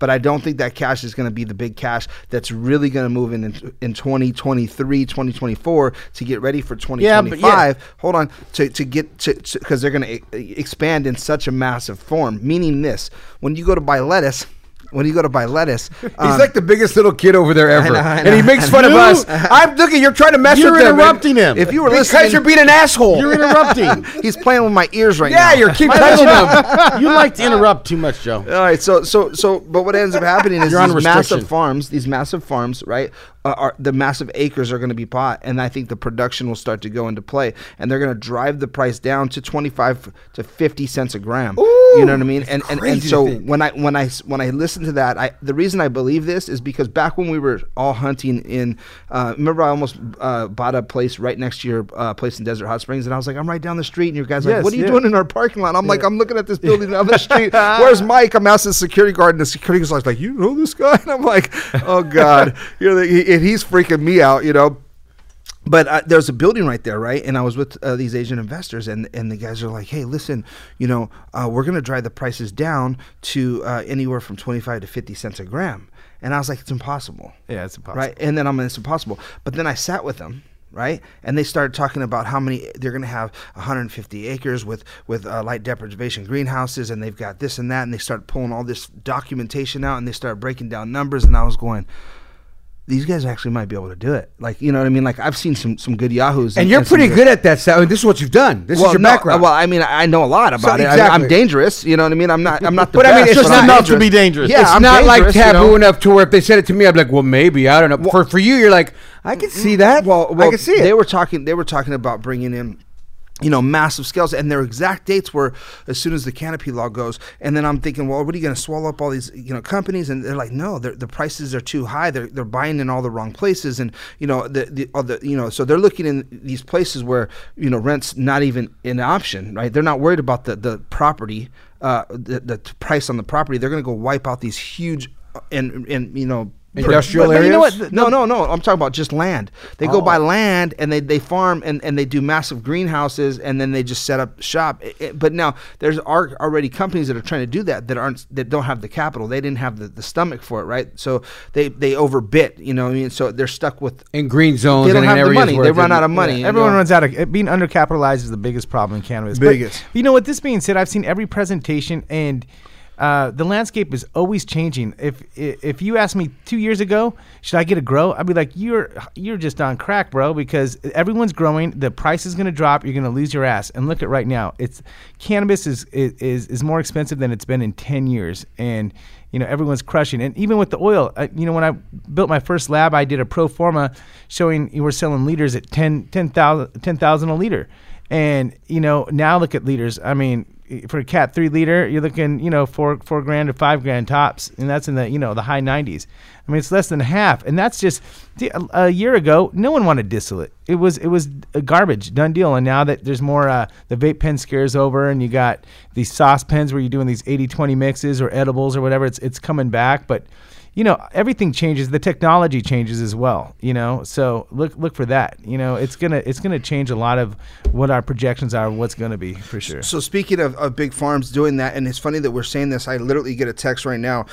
But I don't think that cash is going to be the big cash that's really going to move in, in in 2023, 2024 to get ready for 2025. Yeah, but yeah. Hold on to to get to because they're going to expand in such a massive form. Meaning this, when you go to buy lettuce. When you go to buy lettuce, um, He's like the biggest little kid over there ever, I know, I and he know, makes I fun of know. us. I'm looking. You're trying to mess You're with them, man. interrupting him. If you were because listening- you're being an asshole. You're interrupting. He's playing with my ears right now. Yeah, you're keep My touching little- them. You like to interrupt too much, Joe. All right, so so so, but what ends up happening is You're on these restriction. massive farms, these massive farms, right? Are, are the massive acres are going to be bought, and I think the production will start to go into play, and they're going to drive the price down to twenty five to fifty cents a gram. you know what I mean? And and, crazy and to so think. when I when I when I listen to that, I the reason I believe this is because back when we were all hunting in, uh, remember I almost uh, bought a place right next to your uh, place in Desert Hot Springs, and I was like, I'm right down the street, and your guys like, Yes, what are you yeah. doing in our parking lot? I'm like, I'm looking at this building down the street. Where's Mike? I'm asking the security guard, and the security guard's like, you know this guy? And I'm like, oh god, you know, he- and he's freaking me out, you know but uh, there's a building right there, right? And I was with uh, these Asian investors, and and the guys are like, "Hey, listen, you know, uh, we're going to drive the prices down to uh, anywhere from 25 to 50 cents a gram." And I was like, "It's impossible." Yeah, it's impossible. Right? And then I'm it's impossible. But then I sat with them, right? And they started talking about how many they're going to have 150 acres with with uh, light deprivation greenhouses, and they've got this and that, and they start pulling all this documentation out, and they start breaking down numbers, and I was going. These guys actually might be able to do it. Like, you know what I mean? Like, I've seen some some good yahoos, And you're some pretty good at that, Sal. And this is what you've done. This well, is your no, background. Well, I mean, I know a lot So, about it. I, exactly. am dangerous. You know what I mean? I'm not. I'm not the but best. I mean, it's but just I'm enough to be dangerous. Yeah, it's I'm not like dangerous, you taboo know? enough to where if they said it to me, I'd be like, well, maybe I don't know. for for you, you're like, I can see that. Well, I can see it. Mm-hmm. They were talking. They were talking about bringing in. You know, massive scales, and their exact dates were as soon as the canopy law goes. And then I'm thinking, well, what are you going to swallow up all these, you know, companies? And they're like, no, they're, the prices are too high. They're, they're buying in all the wrong places, and you know, the, the, all the you know, so they're looking in these places where you know rent's not even an option, right? They're not worried about the the property, uh, the, the price on the property. They're going to go wipe out these huge, uh, and and you know, Industrial but, but you know areas? what? No, no, no. I'm talking about just land. They Oh. go buy land and they, they farm and, and they do massive greenhouses and then they just set up shop. It- it- but now there's are already companies that are trying to do that that aren't that don't have the capital. They didn't have the, the stomach for it, right? So they they overbit. You know, what I mean, so they're stuck with in green zones They don't and in have the areas money. where They it's run in- out of money. Yeah, you Everyone know? runs out of it- being undercapitalized is the biggest problem in cannabis. But- Biggest. you know what? This being said, I've seen every presentation, and uh, the landscape is always changing. If i- if you asked me two years ago, should I get a grow? I'd be like, you're you're just on crack, bro, because everyone's growing. The price is going to drop. You're going to lose your ass. And look at right now, it's cannabis is is is more expensive than it's been in ten years, and you know everyone's crushing and even with the oil uh, you know when i built my first lab i did a pro forma showing you were selling liters at 10 10000 10000 a liter and you know now look at liters i mean i- for a cat 3 liter you're looking you know 4 4 grand to 5 grand tops and that's in the you know the high 90s i mean it's less than half and that's just the- a a year ago no one wanted distillate it was it was a garbage done deal and now that there's more uh, the vape pen scares over and you got these saucepans where you're doing these 80-20 mixes or edibles or whatever it's it's coming back but you know everything changes the technology changes as well you know so look look for that you know it's gonna it's gonna change a lot of what our projections are what's gonna be for sure So speaking of, of big farms doing that, and it's funny that we're saying this. I literally get a text right now.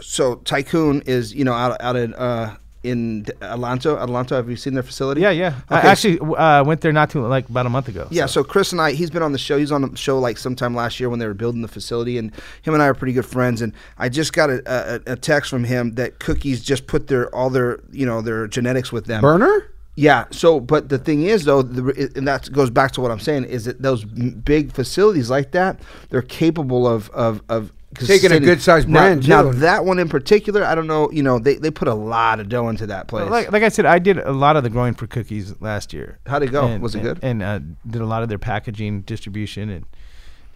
So tycoon is you know out out in uh, in Atlanta. Atlanta, have you seen their facility? Yeah, yeah. I Okay, actually w- uh, went there not too like about a month ago. Yeah, so Chris and I, he's been on the show. He's on the show like sometime last year when they were building the facility, and him and I are pretty good friends. And I just got a, a, a text from him that Cookies just put their all their you know their genetics with them. Burner? Yeah. So, but the thing is though, the, and that goes back to what I'm saying is that those m- big facilities like that, they're capable of of of. Taking a good-sized Now- brand, Now, too. that one in particular, I don't know. You know, they, they put a lot of dough into that place. Like, like I said, I did a lot of the growing for cookies last year. How'd it go? And- Was it and- good? And uh, did a lot of their packaging, distribution, and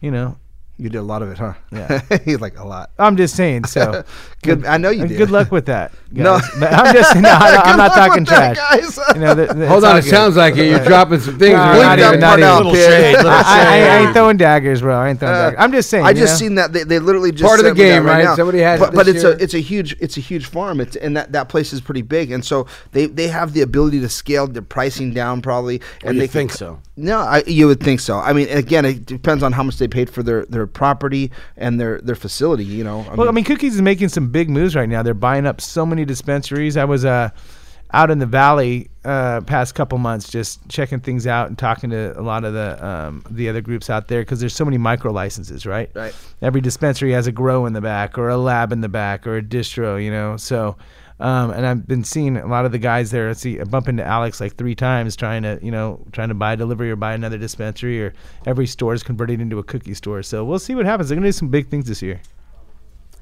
you know, you did a lot of it, huh? Yeah, he's like a lot. I'm just saying. So Good- I know you uh, did. Good luck with that. No. No, I'm just. No, I- I'm Good not luck with talking that, trash. guys. You know, th- th- Hold it's on, all it good. sounds like it. You're dropping some things. No, Blink not that even, not part even. out, Little kid. shade, little I, I- I shade. ain't throwing daggers, bro. I ain't throwing daggers. I'm just saying. Uh, I you just know? seen that they, they literally just Part of the sent me that game, right? Somebody had it but, but this it's year. a it's a huge it's a huge farm. It's and that, that place is pretty big, and so they, they have the ability to scale their pricing down probably. Well, And you they can think c- so. No, I, you would think so. I mean, again, it depends on how much they paid for their, their property and their, their facility. You know, well, I mean, Cookies is making some big moves right now. They're buying up so many dispensaries. I was uh, out in the valley uh, past couple months, just checking things out and talking to a lot of the um, the other groups out there because there's so many micro licenses, right? Right. Every dispensary has a grow in the back, or a lab in the back, or a distro, you know. So, um, and I've been seeing a lot of the guys there. I see I bump into Alex like three times trying to, you know, trying to buy delivery or buy another dispensary, or every store is converted into a cookie store. So we'll see what happens. They're gonna do some big things this year.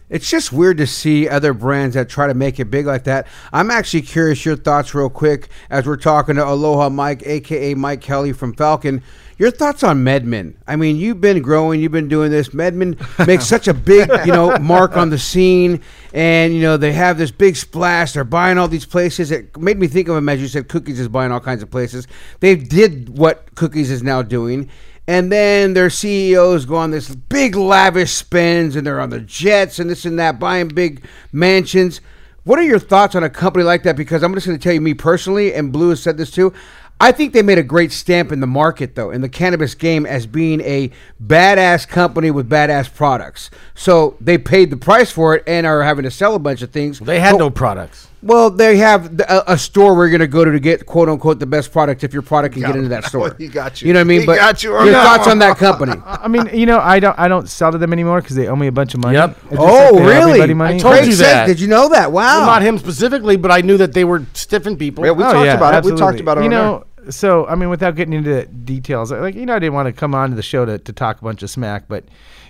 It's just weird to see other brands that try to make it big like that. I'm actually curious your thoughts, real quick, as we're talking to Aloha Mike, aka Mike Kelly from Falcon. Your thoughts on Medmen? I mean, you've been growing, you've been doing this. Medmen makes such a big, you know, mark on the scene, and you know they have this big splash. They're buying all these places. It made me think of them as you said, Cookies is buying all kinds of places. They did what Cookies is now doing. And then their CEOs go on this big lavish spends and they're on the jets and this and that, buying big mansions. What are your thoughts on a company like that? Because I'm just going to tell you, me personally, and Blue has said this too. I think they made a great stamp in the market, though, in the cannabis game as being a badass company with badass products. So they paid the price for it and are having to sell a bunch of things. They had But- no products. Well, they have th- a, a store where you're going to go to to get quote unquote the best product if your product can get into that store. he got You know what I mean? but your thoughts on that company? I mean, you know, I don't, I don't sell to them anymore because they owe me a bunch of money. Yep. Oh, really? Money. I told you that. you know that? Wow. Oh. Well, not him specifically, but I knew that they were stiffing people. Oh, yeah, absolutely. You know, so I mean, without getting into details, like you know, I didn't want to come on to the show to, to talk a bunch of smack, but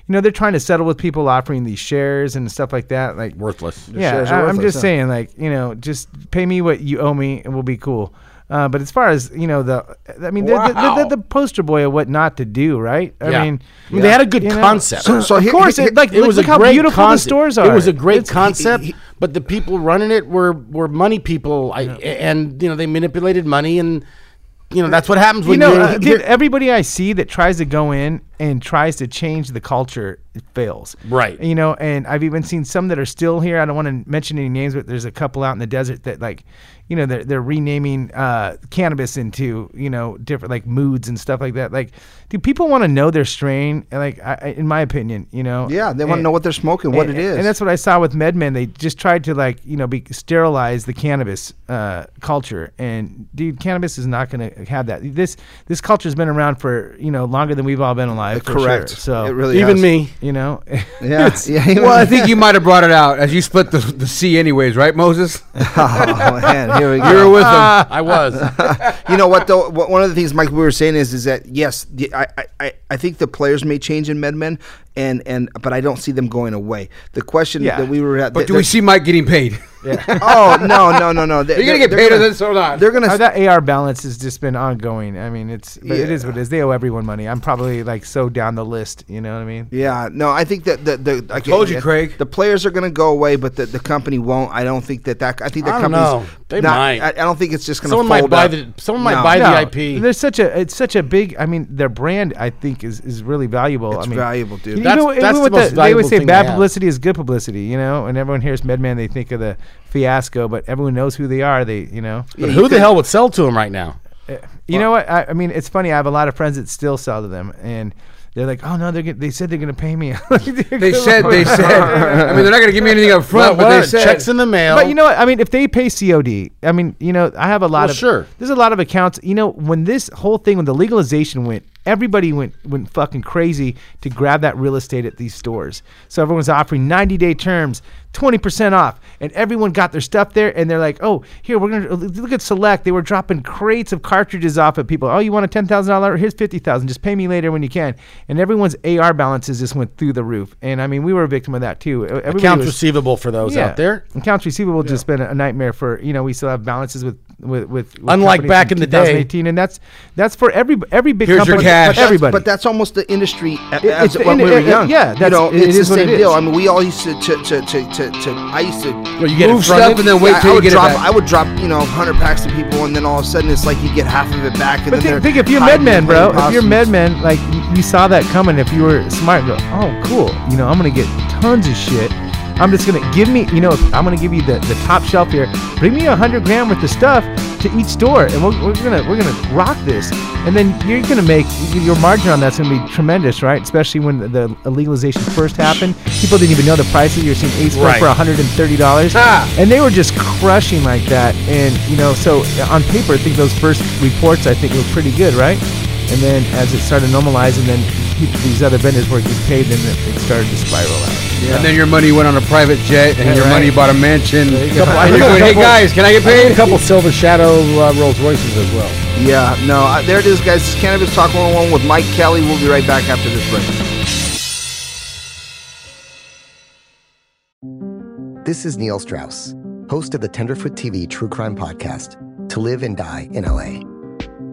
you know, they're trying to settle with people offering these shares and stuff like that. Like worthless. Yeah, I, am just saying, like you know, just pay me what you owe me, and we'll be cool. Uh, but as far as you know, the I mean, they're, they're- they're, Wow. the poster boy of what not to do, right? I Yeah. mean, I mean, they had a good you know, concept. of course, it, like look, look how beautiful the stores are. It was a great It's- concept, but the people running it were were money people, I, and you know they manipulated money, and you know that's what happens when you know, you're- uh, you're- dude, everybody I see that tries to go in and tries to change the culture it fails. Right. You know, and I've even seen some that are still here. I don't want to mention any names, but there's a couple out in the desert that like, you know, they're they're renaming uh, cannabis into you know different like moods and stuff like that. Like, do people want to know their strain? And, Like, I, I- in my opinion, you know. Yeah, they wanna And- know what they're smoking, what and- it is. And that's what I saw with MedMen. They just tried to like you know be sterilize the cannabis uh, culture, and dude, cannabis is not going to have that. This this culture has been around for you know longer than we've all been alive. for Correct. sure. So It really Even has. me. You know. It's- Yeah, even- well, I think you might have brought it out as you split the, the sea, anyways, right, Moses? oh man, here we go. You were with them. I was. you know what though? Wha- One of the things, Mike, we were saying is, is that yes, the, I, I- I, I think the players may change in MedMen, and and but I don't see them going away. The question Yeah. that we were at, But do we see Mike getting paid? oh no, no, no, no! They- Are you gonna they're- get they're paid or gonna- this or not? They're gonna Uh, that AR balance has just been ongoing. I mean, it's but it is what it is. They owe everyone money. I'm probably like so down the list. You know what I mean? Yeah, no, I think that the, the I told you, Craig. The players are going to go away, but the, the company won't. I don't think that that I think the I don't company's know. They not- might. I, I don't think it's just going to. Someone might buy the- someone might buy the No, IP. There's such a it's such a big. I mean, their brand I think is is really valuable. It's I mean, valuable, dude. you That's- know, that's even the with most they valuable always say thing bad they have. publicity is good publicity. You know, and everyone hears MedMan, they think of the fiasco, but everyone knows who they are. They you know. But who the hell would sell to him right now? You know what? I, I mean, it's funny. I have a lot of friends that still sell to them, and They're like, oh no, they're gonna, they said they're gonna pay me. they said- they said. I mean, they're not gonna give me anything up front, but they said- Checks in the mail. But you know what? I mean, if they pay COD, I mean, you know, I have a lot Well, of sure. There's a lot of accounts. You know, when this whole thing when the legalization went, everybody went went fucking crazy to grab that real estate at these stores. So everyone's offering 90 day terms, 20 percent off, and everyone got their stuff there. And they're like, oh, here we're gonna look at Select. They were dropping crates of cartridges off at people. Oh, you want a ten thousand dollar? Here's fifty thousand. Just pay me later when you can. And everyone's AR balances just went through the roof. And I mean, we were a victim of that too. E-, Everybody Accounts was- receivable for those Yeah. out there. Accounts receivable just been a nightmare for you know we still have balances with with with, with Unlike companies back from in the day. 2018, and that's that's for every every big company, But that's- everybody. But that's almost the industry a- It- as it's the when in- we were it- it- young. yeah, you that's- know, it- it's it is the what same it deal. is. I mean, we all used to to to to to, to I used to you get it fronted? move stuff and then wait Yeah, till I you would get drop- it back. I would drop you know hundred packs to people, and then all of a sudden it's like you get half of it back. And But then think, think if you're MedMen, bro. If you're MedMen, like y- you saw that coming. If you were smart, go, oh cool. You know, I'm gonna get tons of shit. I'm just gonna give me, you know, I'm gonna give you the, the top shelf here. Bring me a hundred grand worth of stuff to each store, and we're, we're gonna we're gonna rock this. And then you're gonna make y- your margin on that's gonna be tremendous, right? Especially when the the legalization first happened, people didn't even know the prices. You're seeing eight Right. for hundred and thirty dollars, and they were just crushing like that. And you know, so uh, on paper, I think those first reports I think were pretty good, right? And then as it started normalizing, then people, these other vendors were getting paid, and it, it started to spiral out. And then your money went on a private jet, and Yeah, your right. money bought a mansion. you go. And you're going, hey guys, can I get paid? A couple Silver Shadow uh, Rolls Royces as well. Yeah, no, I, there it is, guys. This is Cannabis Talk 101 with Mike Kelly. We'll be right back after this break. This is Neil Strauss, host of the Tenderfoot TV True Crime Podcast, To Live and Die in LA.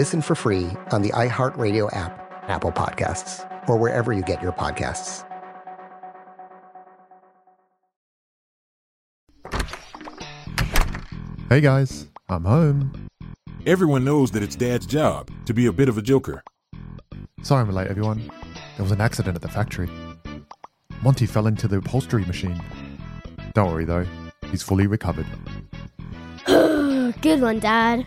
Listen for free on the iHeartRadio app, Apple Podcasts, or wherever you get your podcasts. Hey guys, I'm home. Everyone knows that it's Dad's job to be a bit of a joker. Sorry I'm late, everyone. There was an accident at the factory. Monty fell into the upholstery machine. Don't worry though, he's fully recovered. Good one, Dad.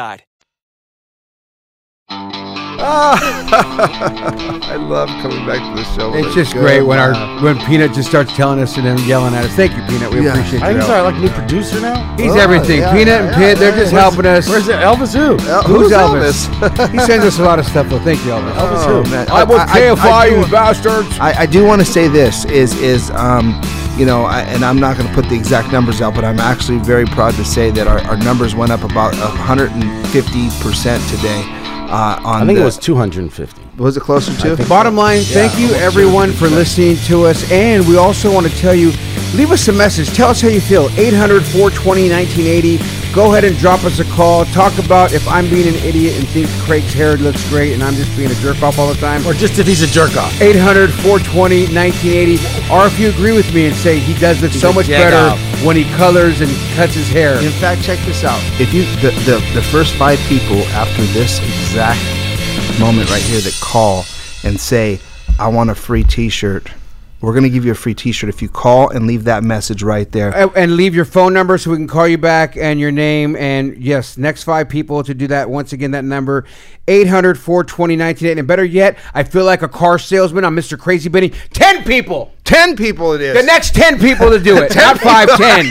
Ah. I love coming back to the show. It's just great when our when Peanut just starts telling us and then yelling at us. Thank you, Peanut. We Yeah. appreciate you. I think sorry, like a new producer now. He's everything. Peanut and Pit, they're just helping us. Where's the Elvis who? who's, Elvis? he sends us a lot of stuff, though. Thank you, Elvis. Oh, man. I will KFI you, bastards. I, I do want to say this: is is um, you know, I, and I'm not going to put the exact numbers out, but I'm actually very proud to say that our, our numbers went up about 150% today. Uh, on I think the- it was 250. Was it closer to? Bottom line, Yeah, thank you almost everyone for 250%. listening to us. And we also want to tell you leave us a message. Tell us how you feel. 800 420 1980. Go ahead and drop us a call. Talk about if I'm being an idiot and think Craig's hair looks great and I'm just being a jerk off all the time. Or Oh, just if he's a jerk off. 800 420 1980. Or if you agree with me and say he does look He's so a much jag better off. when he colors and cuts his hair. In fact, check this out. if you the, the the first five people after this exact moment right here that call and say i want a free t-shirt we're going to give you a free t-shirt if you call and leave that message right there And and leave your phone number so we can call you back and your name. And yes, next five people to do that. Once again, that number 800 420 1980. And better yet, I feel like a car salesman. I'm Mr. Crazy Benny. 10 people. 10 people it is. The next 10 people to do it. Not 5, 10.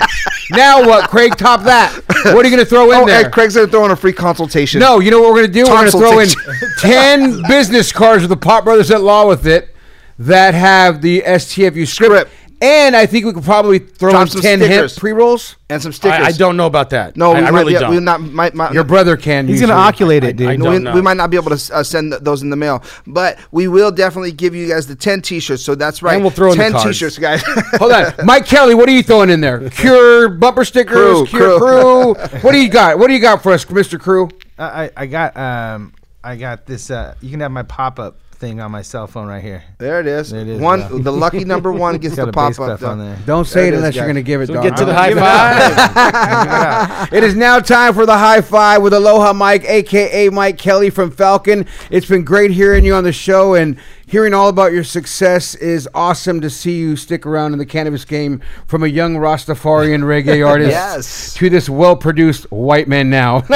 now what, Craig? Top that. What are you going to throw in Oh, there? and Craig's going to throw in a free consultation. No, you know what we're going to do? We're going to throw in Consultation. 10 business cards with the Pop Brothers at Law with it that have the STFU script. And I think we could probably throw Drop in some 10 hip stickers. pre rolls and some stickers. I, I don't know about that. No, I, we I might really be- don't. we not- might- might- Your brother can. He's gonna usually. oculate it, dude. I we, don't know. we might not be able to uh, send th- those in the mail, but we will definitely give you guys the 10 t-shirts. So that's right. And we'll throw in the 10 cards. t-shirts, guys. Hold on, Mike Kelly. What are you throwing in there? Cure bumper stickers. Crew, cure crew. crew. What do you got? What do you got for us, Mister Crew? I, I- I got um I got this. Uh, you can have my pop up thing on my cell phone right here. There it is. There it is, One, bro. the lucky number one It's gets got the a bass pop up. clef on there. Don't say it, is, unless you're guys. going to give it. So dog. get to the I'm high giving five. it up. it is now time for the high five with Aloha Mike, aka Mike Kelly from Falcon. It's been great hearing you on the show and hearing all about your success is awesome to see you stick around in the cannabis game from a young Rastafarian reggae artist Yes. to this well-produced white man now.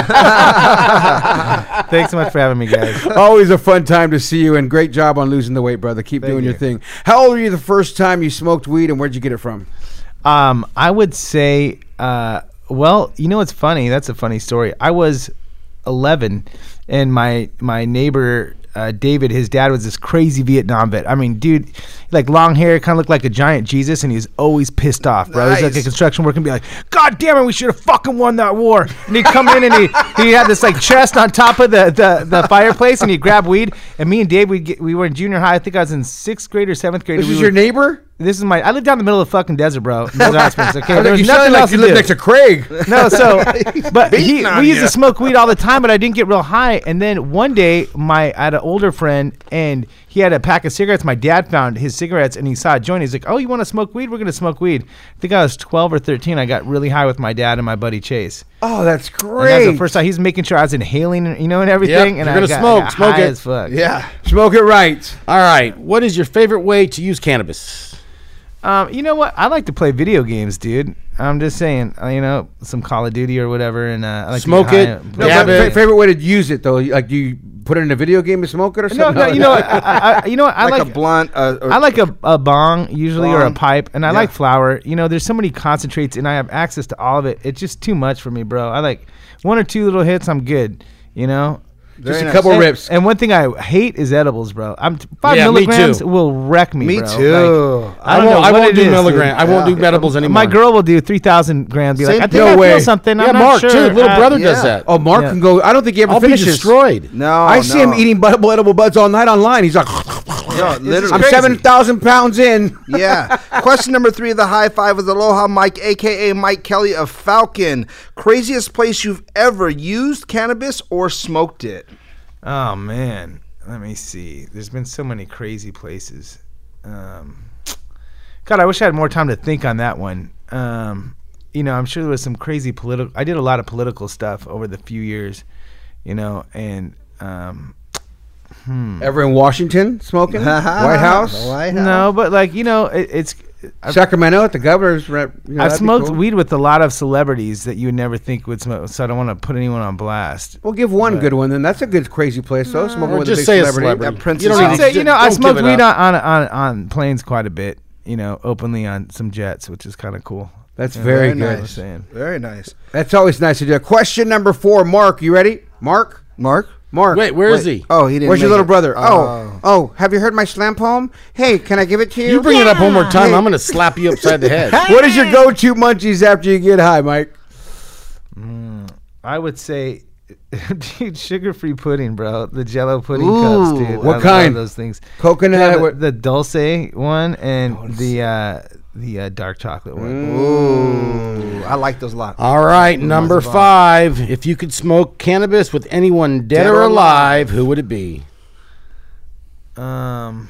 Thanks so much for having me, guys. Always a fun time to see you, and great job on losing the weight, brother. Keep Thank doing your you. thing. How old were you the first time you smoked weed, and where'd you get it from? Um, I would say, uh, well, you know what's funny? That's a funny story. I was 11, and my my neighbor uh, David, his dad was this crazy Vietnam vet. I mean, dude, like long hair, kind of looked like a giant Jesus, and he was always pissed off, bro. He was like a Nice. construction worker, and be like, "God damn it, we should have fucking won that war." And he'd come in and he he had this like chest on top of the the, the fireplace, and he'd grab weed. And me and Dave, we get, we were in junior high. I think I was in sixth grade or seventh grade. This We is were- your neighbor? This is my. I live down the middle of the fucking desert, bro. in Desert Hot Springs, I okay, was there like, was you nothing sounded like else you to live do. next to Craig. No, so but he, Beating on we used ya. to smoke weed all the time, but I didn't get real high. And then one day, my I had an older friend, and he had a pack of cigarettes. My dad found his cigarettes, and he saw a joint. He's like, "Oh, you want to smoke weed? We're gonna smoke weed." I think I was twelve or thirteen. I got really high with my dad and my buddy Chase. Oh, that's And that was the great. first time he's making sure I was inhaling, you know, and everything. and you're I gonna got- I smoke, got smoke high it. as fuck. smoke it right. All right. What is your favorite way to use cannabis? Um, you know what? I like to play video games, dude. I'm just saying, uh, you know, some Call of Duty or whatever, and uh, I like Smoke to it, get high and no, play- but fa- favorite way to use it though, like do you put it in a video game and smoke it or No, something? no, you know, what? I, I- I- you know, what? I Like like, a blunt, uh, or- I like a, a bong usually or a Bong. pipe, and I Yeah. like flour. You know, there's so many concentrates, and I have access to all of it. It's just too much for me, bro. I like one or two little hits, I'm good. You know, Very Just a nice. couple And- rips. And one thing I hate is edibles, bro. I'm t- five Yeah, me too. milligrams will wreck me. Me bro. too. Like, I don't won't- know I what won't it do is, dude. milligram- I won't do edibles anymore. My girl will do three thousand grams. Be like, I think I feel something. Yeah, I'm not Mark sure. too. Little Uh, brother does yeah. that. Oh, Mark Yeah. can go. I don't think he ever I'll be finishes. destroyed. No, I see him no. eating edible, edible buds all night online. He's like, literally. I'm seven thousand pounds in. yeah. Question number three of the high five is Aloha Mike, aka Mike Kelly of Falcon. Craziest place you've ever used cannabis or smoked it? Oh man, let me see. There's been so many crazy places. Um, God, I wish I had more time to think on that one. Um, you know, I'm sure there was some crazy political. I did a lot of political stuff over the few years. You know, and um, hmm. Ever in Washington smoking? White House? No, but like you know, it, it's I've- Sacramento at the governor's. Rep, you know, I've that'd be smoked cool. weed with a lot of celebrities that you would never think would smoke. So I don't want to put anyone on blast. Well, give one But- good one then. That's a good crazy place though. Smoking Or with just a big say a celebrity. celebrity. That Prince. you is know, awesome. I'd say, you know I smoked weed on, on on on planes quite a bit. You know, openly on some jets, which is kind of cool. That's You know, very, I good. was saying. Very nice. That's always nice to do. Question number four, Mark. You ready? Mark? Mark? Mark. Wait, where is he? Oh, he didn't Where's your make little it. brother? Oh, Oh. oh, have you heard my slam poem? Hey, can I give it to you? You bring it up one more time, Hey. I'm going to slap you upside the head. what is your go-to munchies after you get high, Mike? I would say, dude, sugar-free pudding, bro. The Jello pudding cups, Ooh. dude. What I kind? Love those things. Coconut, Yeah, the, what- the dulce one, and the uh, the uh, dark chocolate one. Ooh, I like those a lot. All right, Those number ones are bomb. five. If you could smoke cannabis with anyone dead, Dead or or alive, who would it be? Um,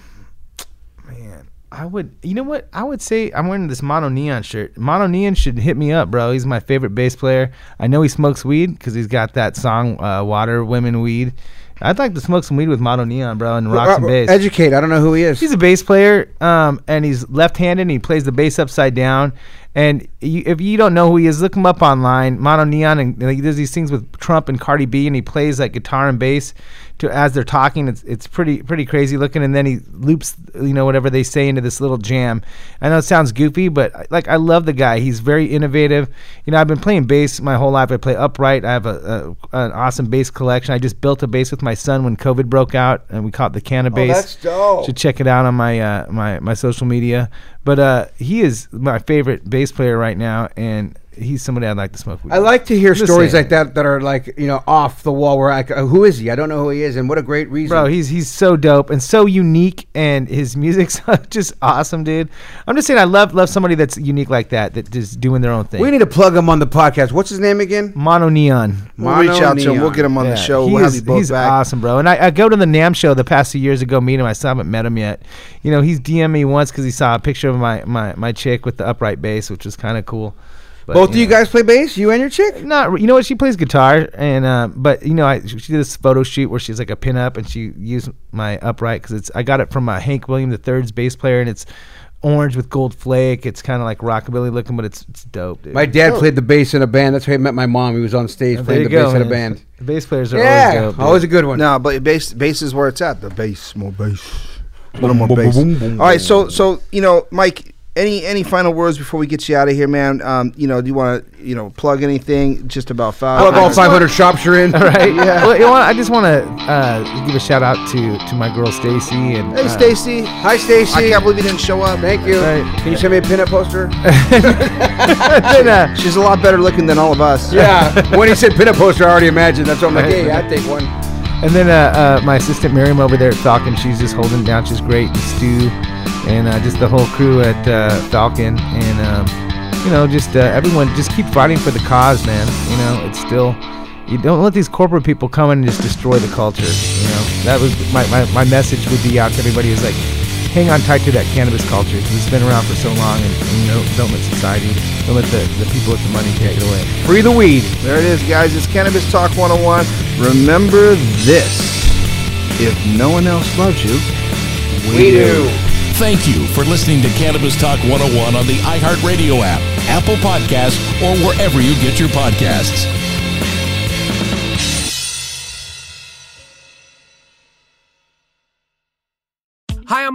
man, I would. You know what? I would say I'm wearing this Mono Neon shirt. Mono Neon should hit me up, bro. He's my favorite bass player. I know he smokes weed because he's got that song uh, "Water Women Weed." I'd like to smoke some weed with Mono Neon, bro, and rock some Uh, bass. Educate. I don't know who he is. He's a bass player, um, and he's left-handed. and He plays the bass upside down. And you, if you don't know who he is, look him up online. Mono Neon, and like, there's these things with Trump and Cardi B, and he plays like guitar and bass to as they're talking. It's it's pretty pretty crazy looking. And then he loops, you know, whatever they say into this little jam. I know it sounds goofy, but like I love the guy. He's very innovative. You know, I've been playing bass my whole life. I play upright. I have a, a an awesome bass collection. I just built a bass with my son when COVID broke out, and we caught the cannabis. Oh, that's dope. Should check it out on my uh, my my social media. But uh, he is my favorite bass player right now, and he's somebody I'd like to smoke with. I like to hear Just stories saying. like that that are like you know off the wall. Where I, c- uh, who is he? I don't know who he is, and what a great reason. Bro, he's he's so dope and so unique, and his music's just awesome, dude. I'm just saying, I love love somebody that's unique like that, that just doing their own thing. we need to plug him on the podcast. What's his name again? Mono Neon. We'll reach out to him. We'll get him on the show. We'll he have is- you both he's back. awesome, bro. And I, I go to the Nam show the past few years ago, meet him. I still haven't met him yet. You know, he's DM me once because he saw a picture of my, my, my chick with the upright bass, which was kind of cool. But, Both of you guys play bass, you and your chick. Not, re- you know what? She plays guitar, and uh, but you know, I she did this photo shoot where she's like a pinup, and she used my upright because it's I got it from uh, Hank William the Third's bass player, and it's orange with gold flake. It's kind of like rockabilly looking, but it's it's dope, dude. My dad played the bass in a band. That's how he met my mom. He was on stage Oh. There playing you the go, bass in a man. band. Bass players are Yeah, always dope. dude. always a good one. No, but bass bass is where it's at. The bass, more bass, a little more Boom, boom, bass. boom, boom, All right, so so you know, Mike, any any final words before we get you out of here, man? Um, you know, do you want to you know plug anything just about five? Plug all 500 shops you're in. All right. Yeah. Well, you know what? I just want to uh, give a shout out to to my girl Stacy and Hey, uh, Stacy. Hi, Stacy. I can't believe you didn't show up. Thank you. Can you send me a pinup poster? She's a lot better looking than all of us. yeah. When he said pinup poster, I already imagined. That's what I'm like. Right. Hey, I take one. and then uh, uh, my assistant Miriam over there at Falcon. She's just holding it down. She's great. And Stu and uh, just the whole crew at uh, Falcon and um, you know just uh, everyone just keep fighting for the cause, man. You know it's still. You don't let these corporate people come in and just destroy the culture. You know that was my, my, my message would be out to everybody is like, hang on tight to that cannabis culture 'cause it's been around for so long, and, and you know don't let society, don't let the, the people with the money take it away. Free the weed. There it is, guys. It's Cannabis Talk 101. Remember this if no one else loves you, we, do. Thank you for listening to Cannabis Talk 101 on the iHeartRadio app, Apple Podcasts, or wherever you get your podcasts. Hi, I'm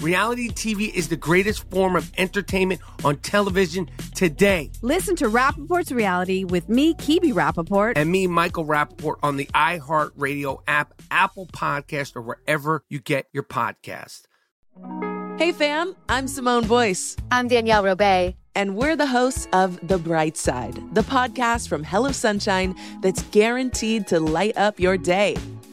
Reality TV is the greatest form of entertainment on television today. Listen to Rappaport's reality with me, Kibi Rappaport. And me, Michael Rappaport, on the iHeartRadio app, Apple Podcast, or wherever you get your podcast. Hey, fam, I'm Simone Boyce. I'm Danielle Robay. And we're the hosts of The Bright Side, the podcast from Hello Sunshine that's guaranteed to light up your day.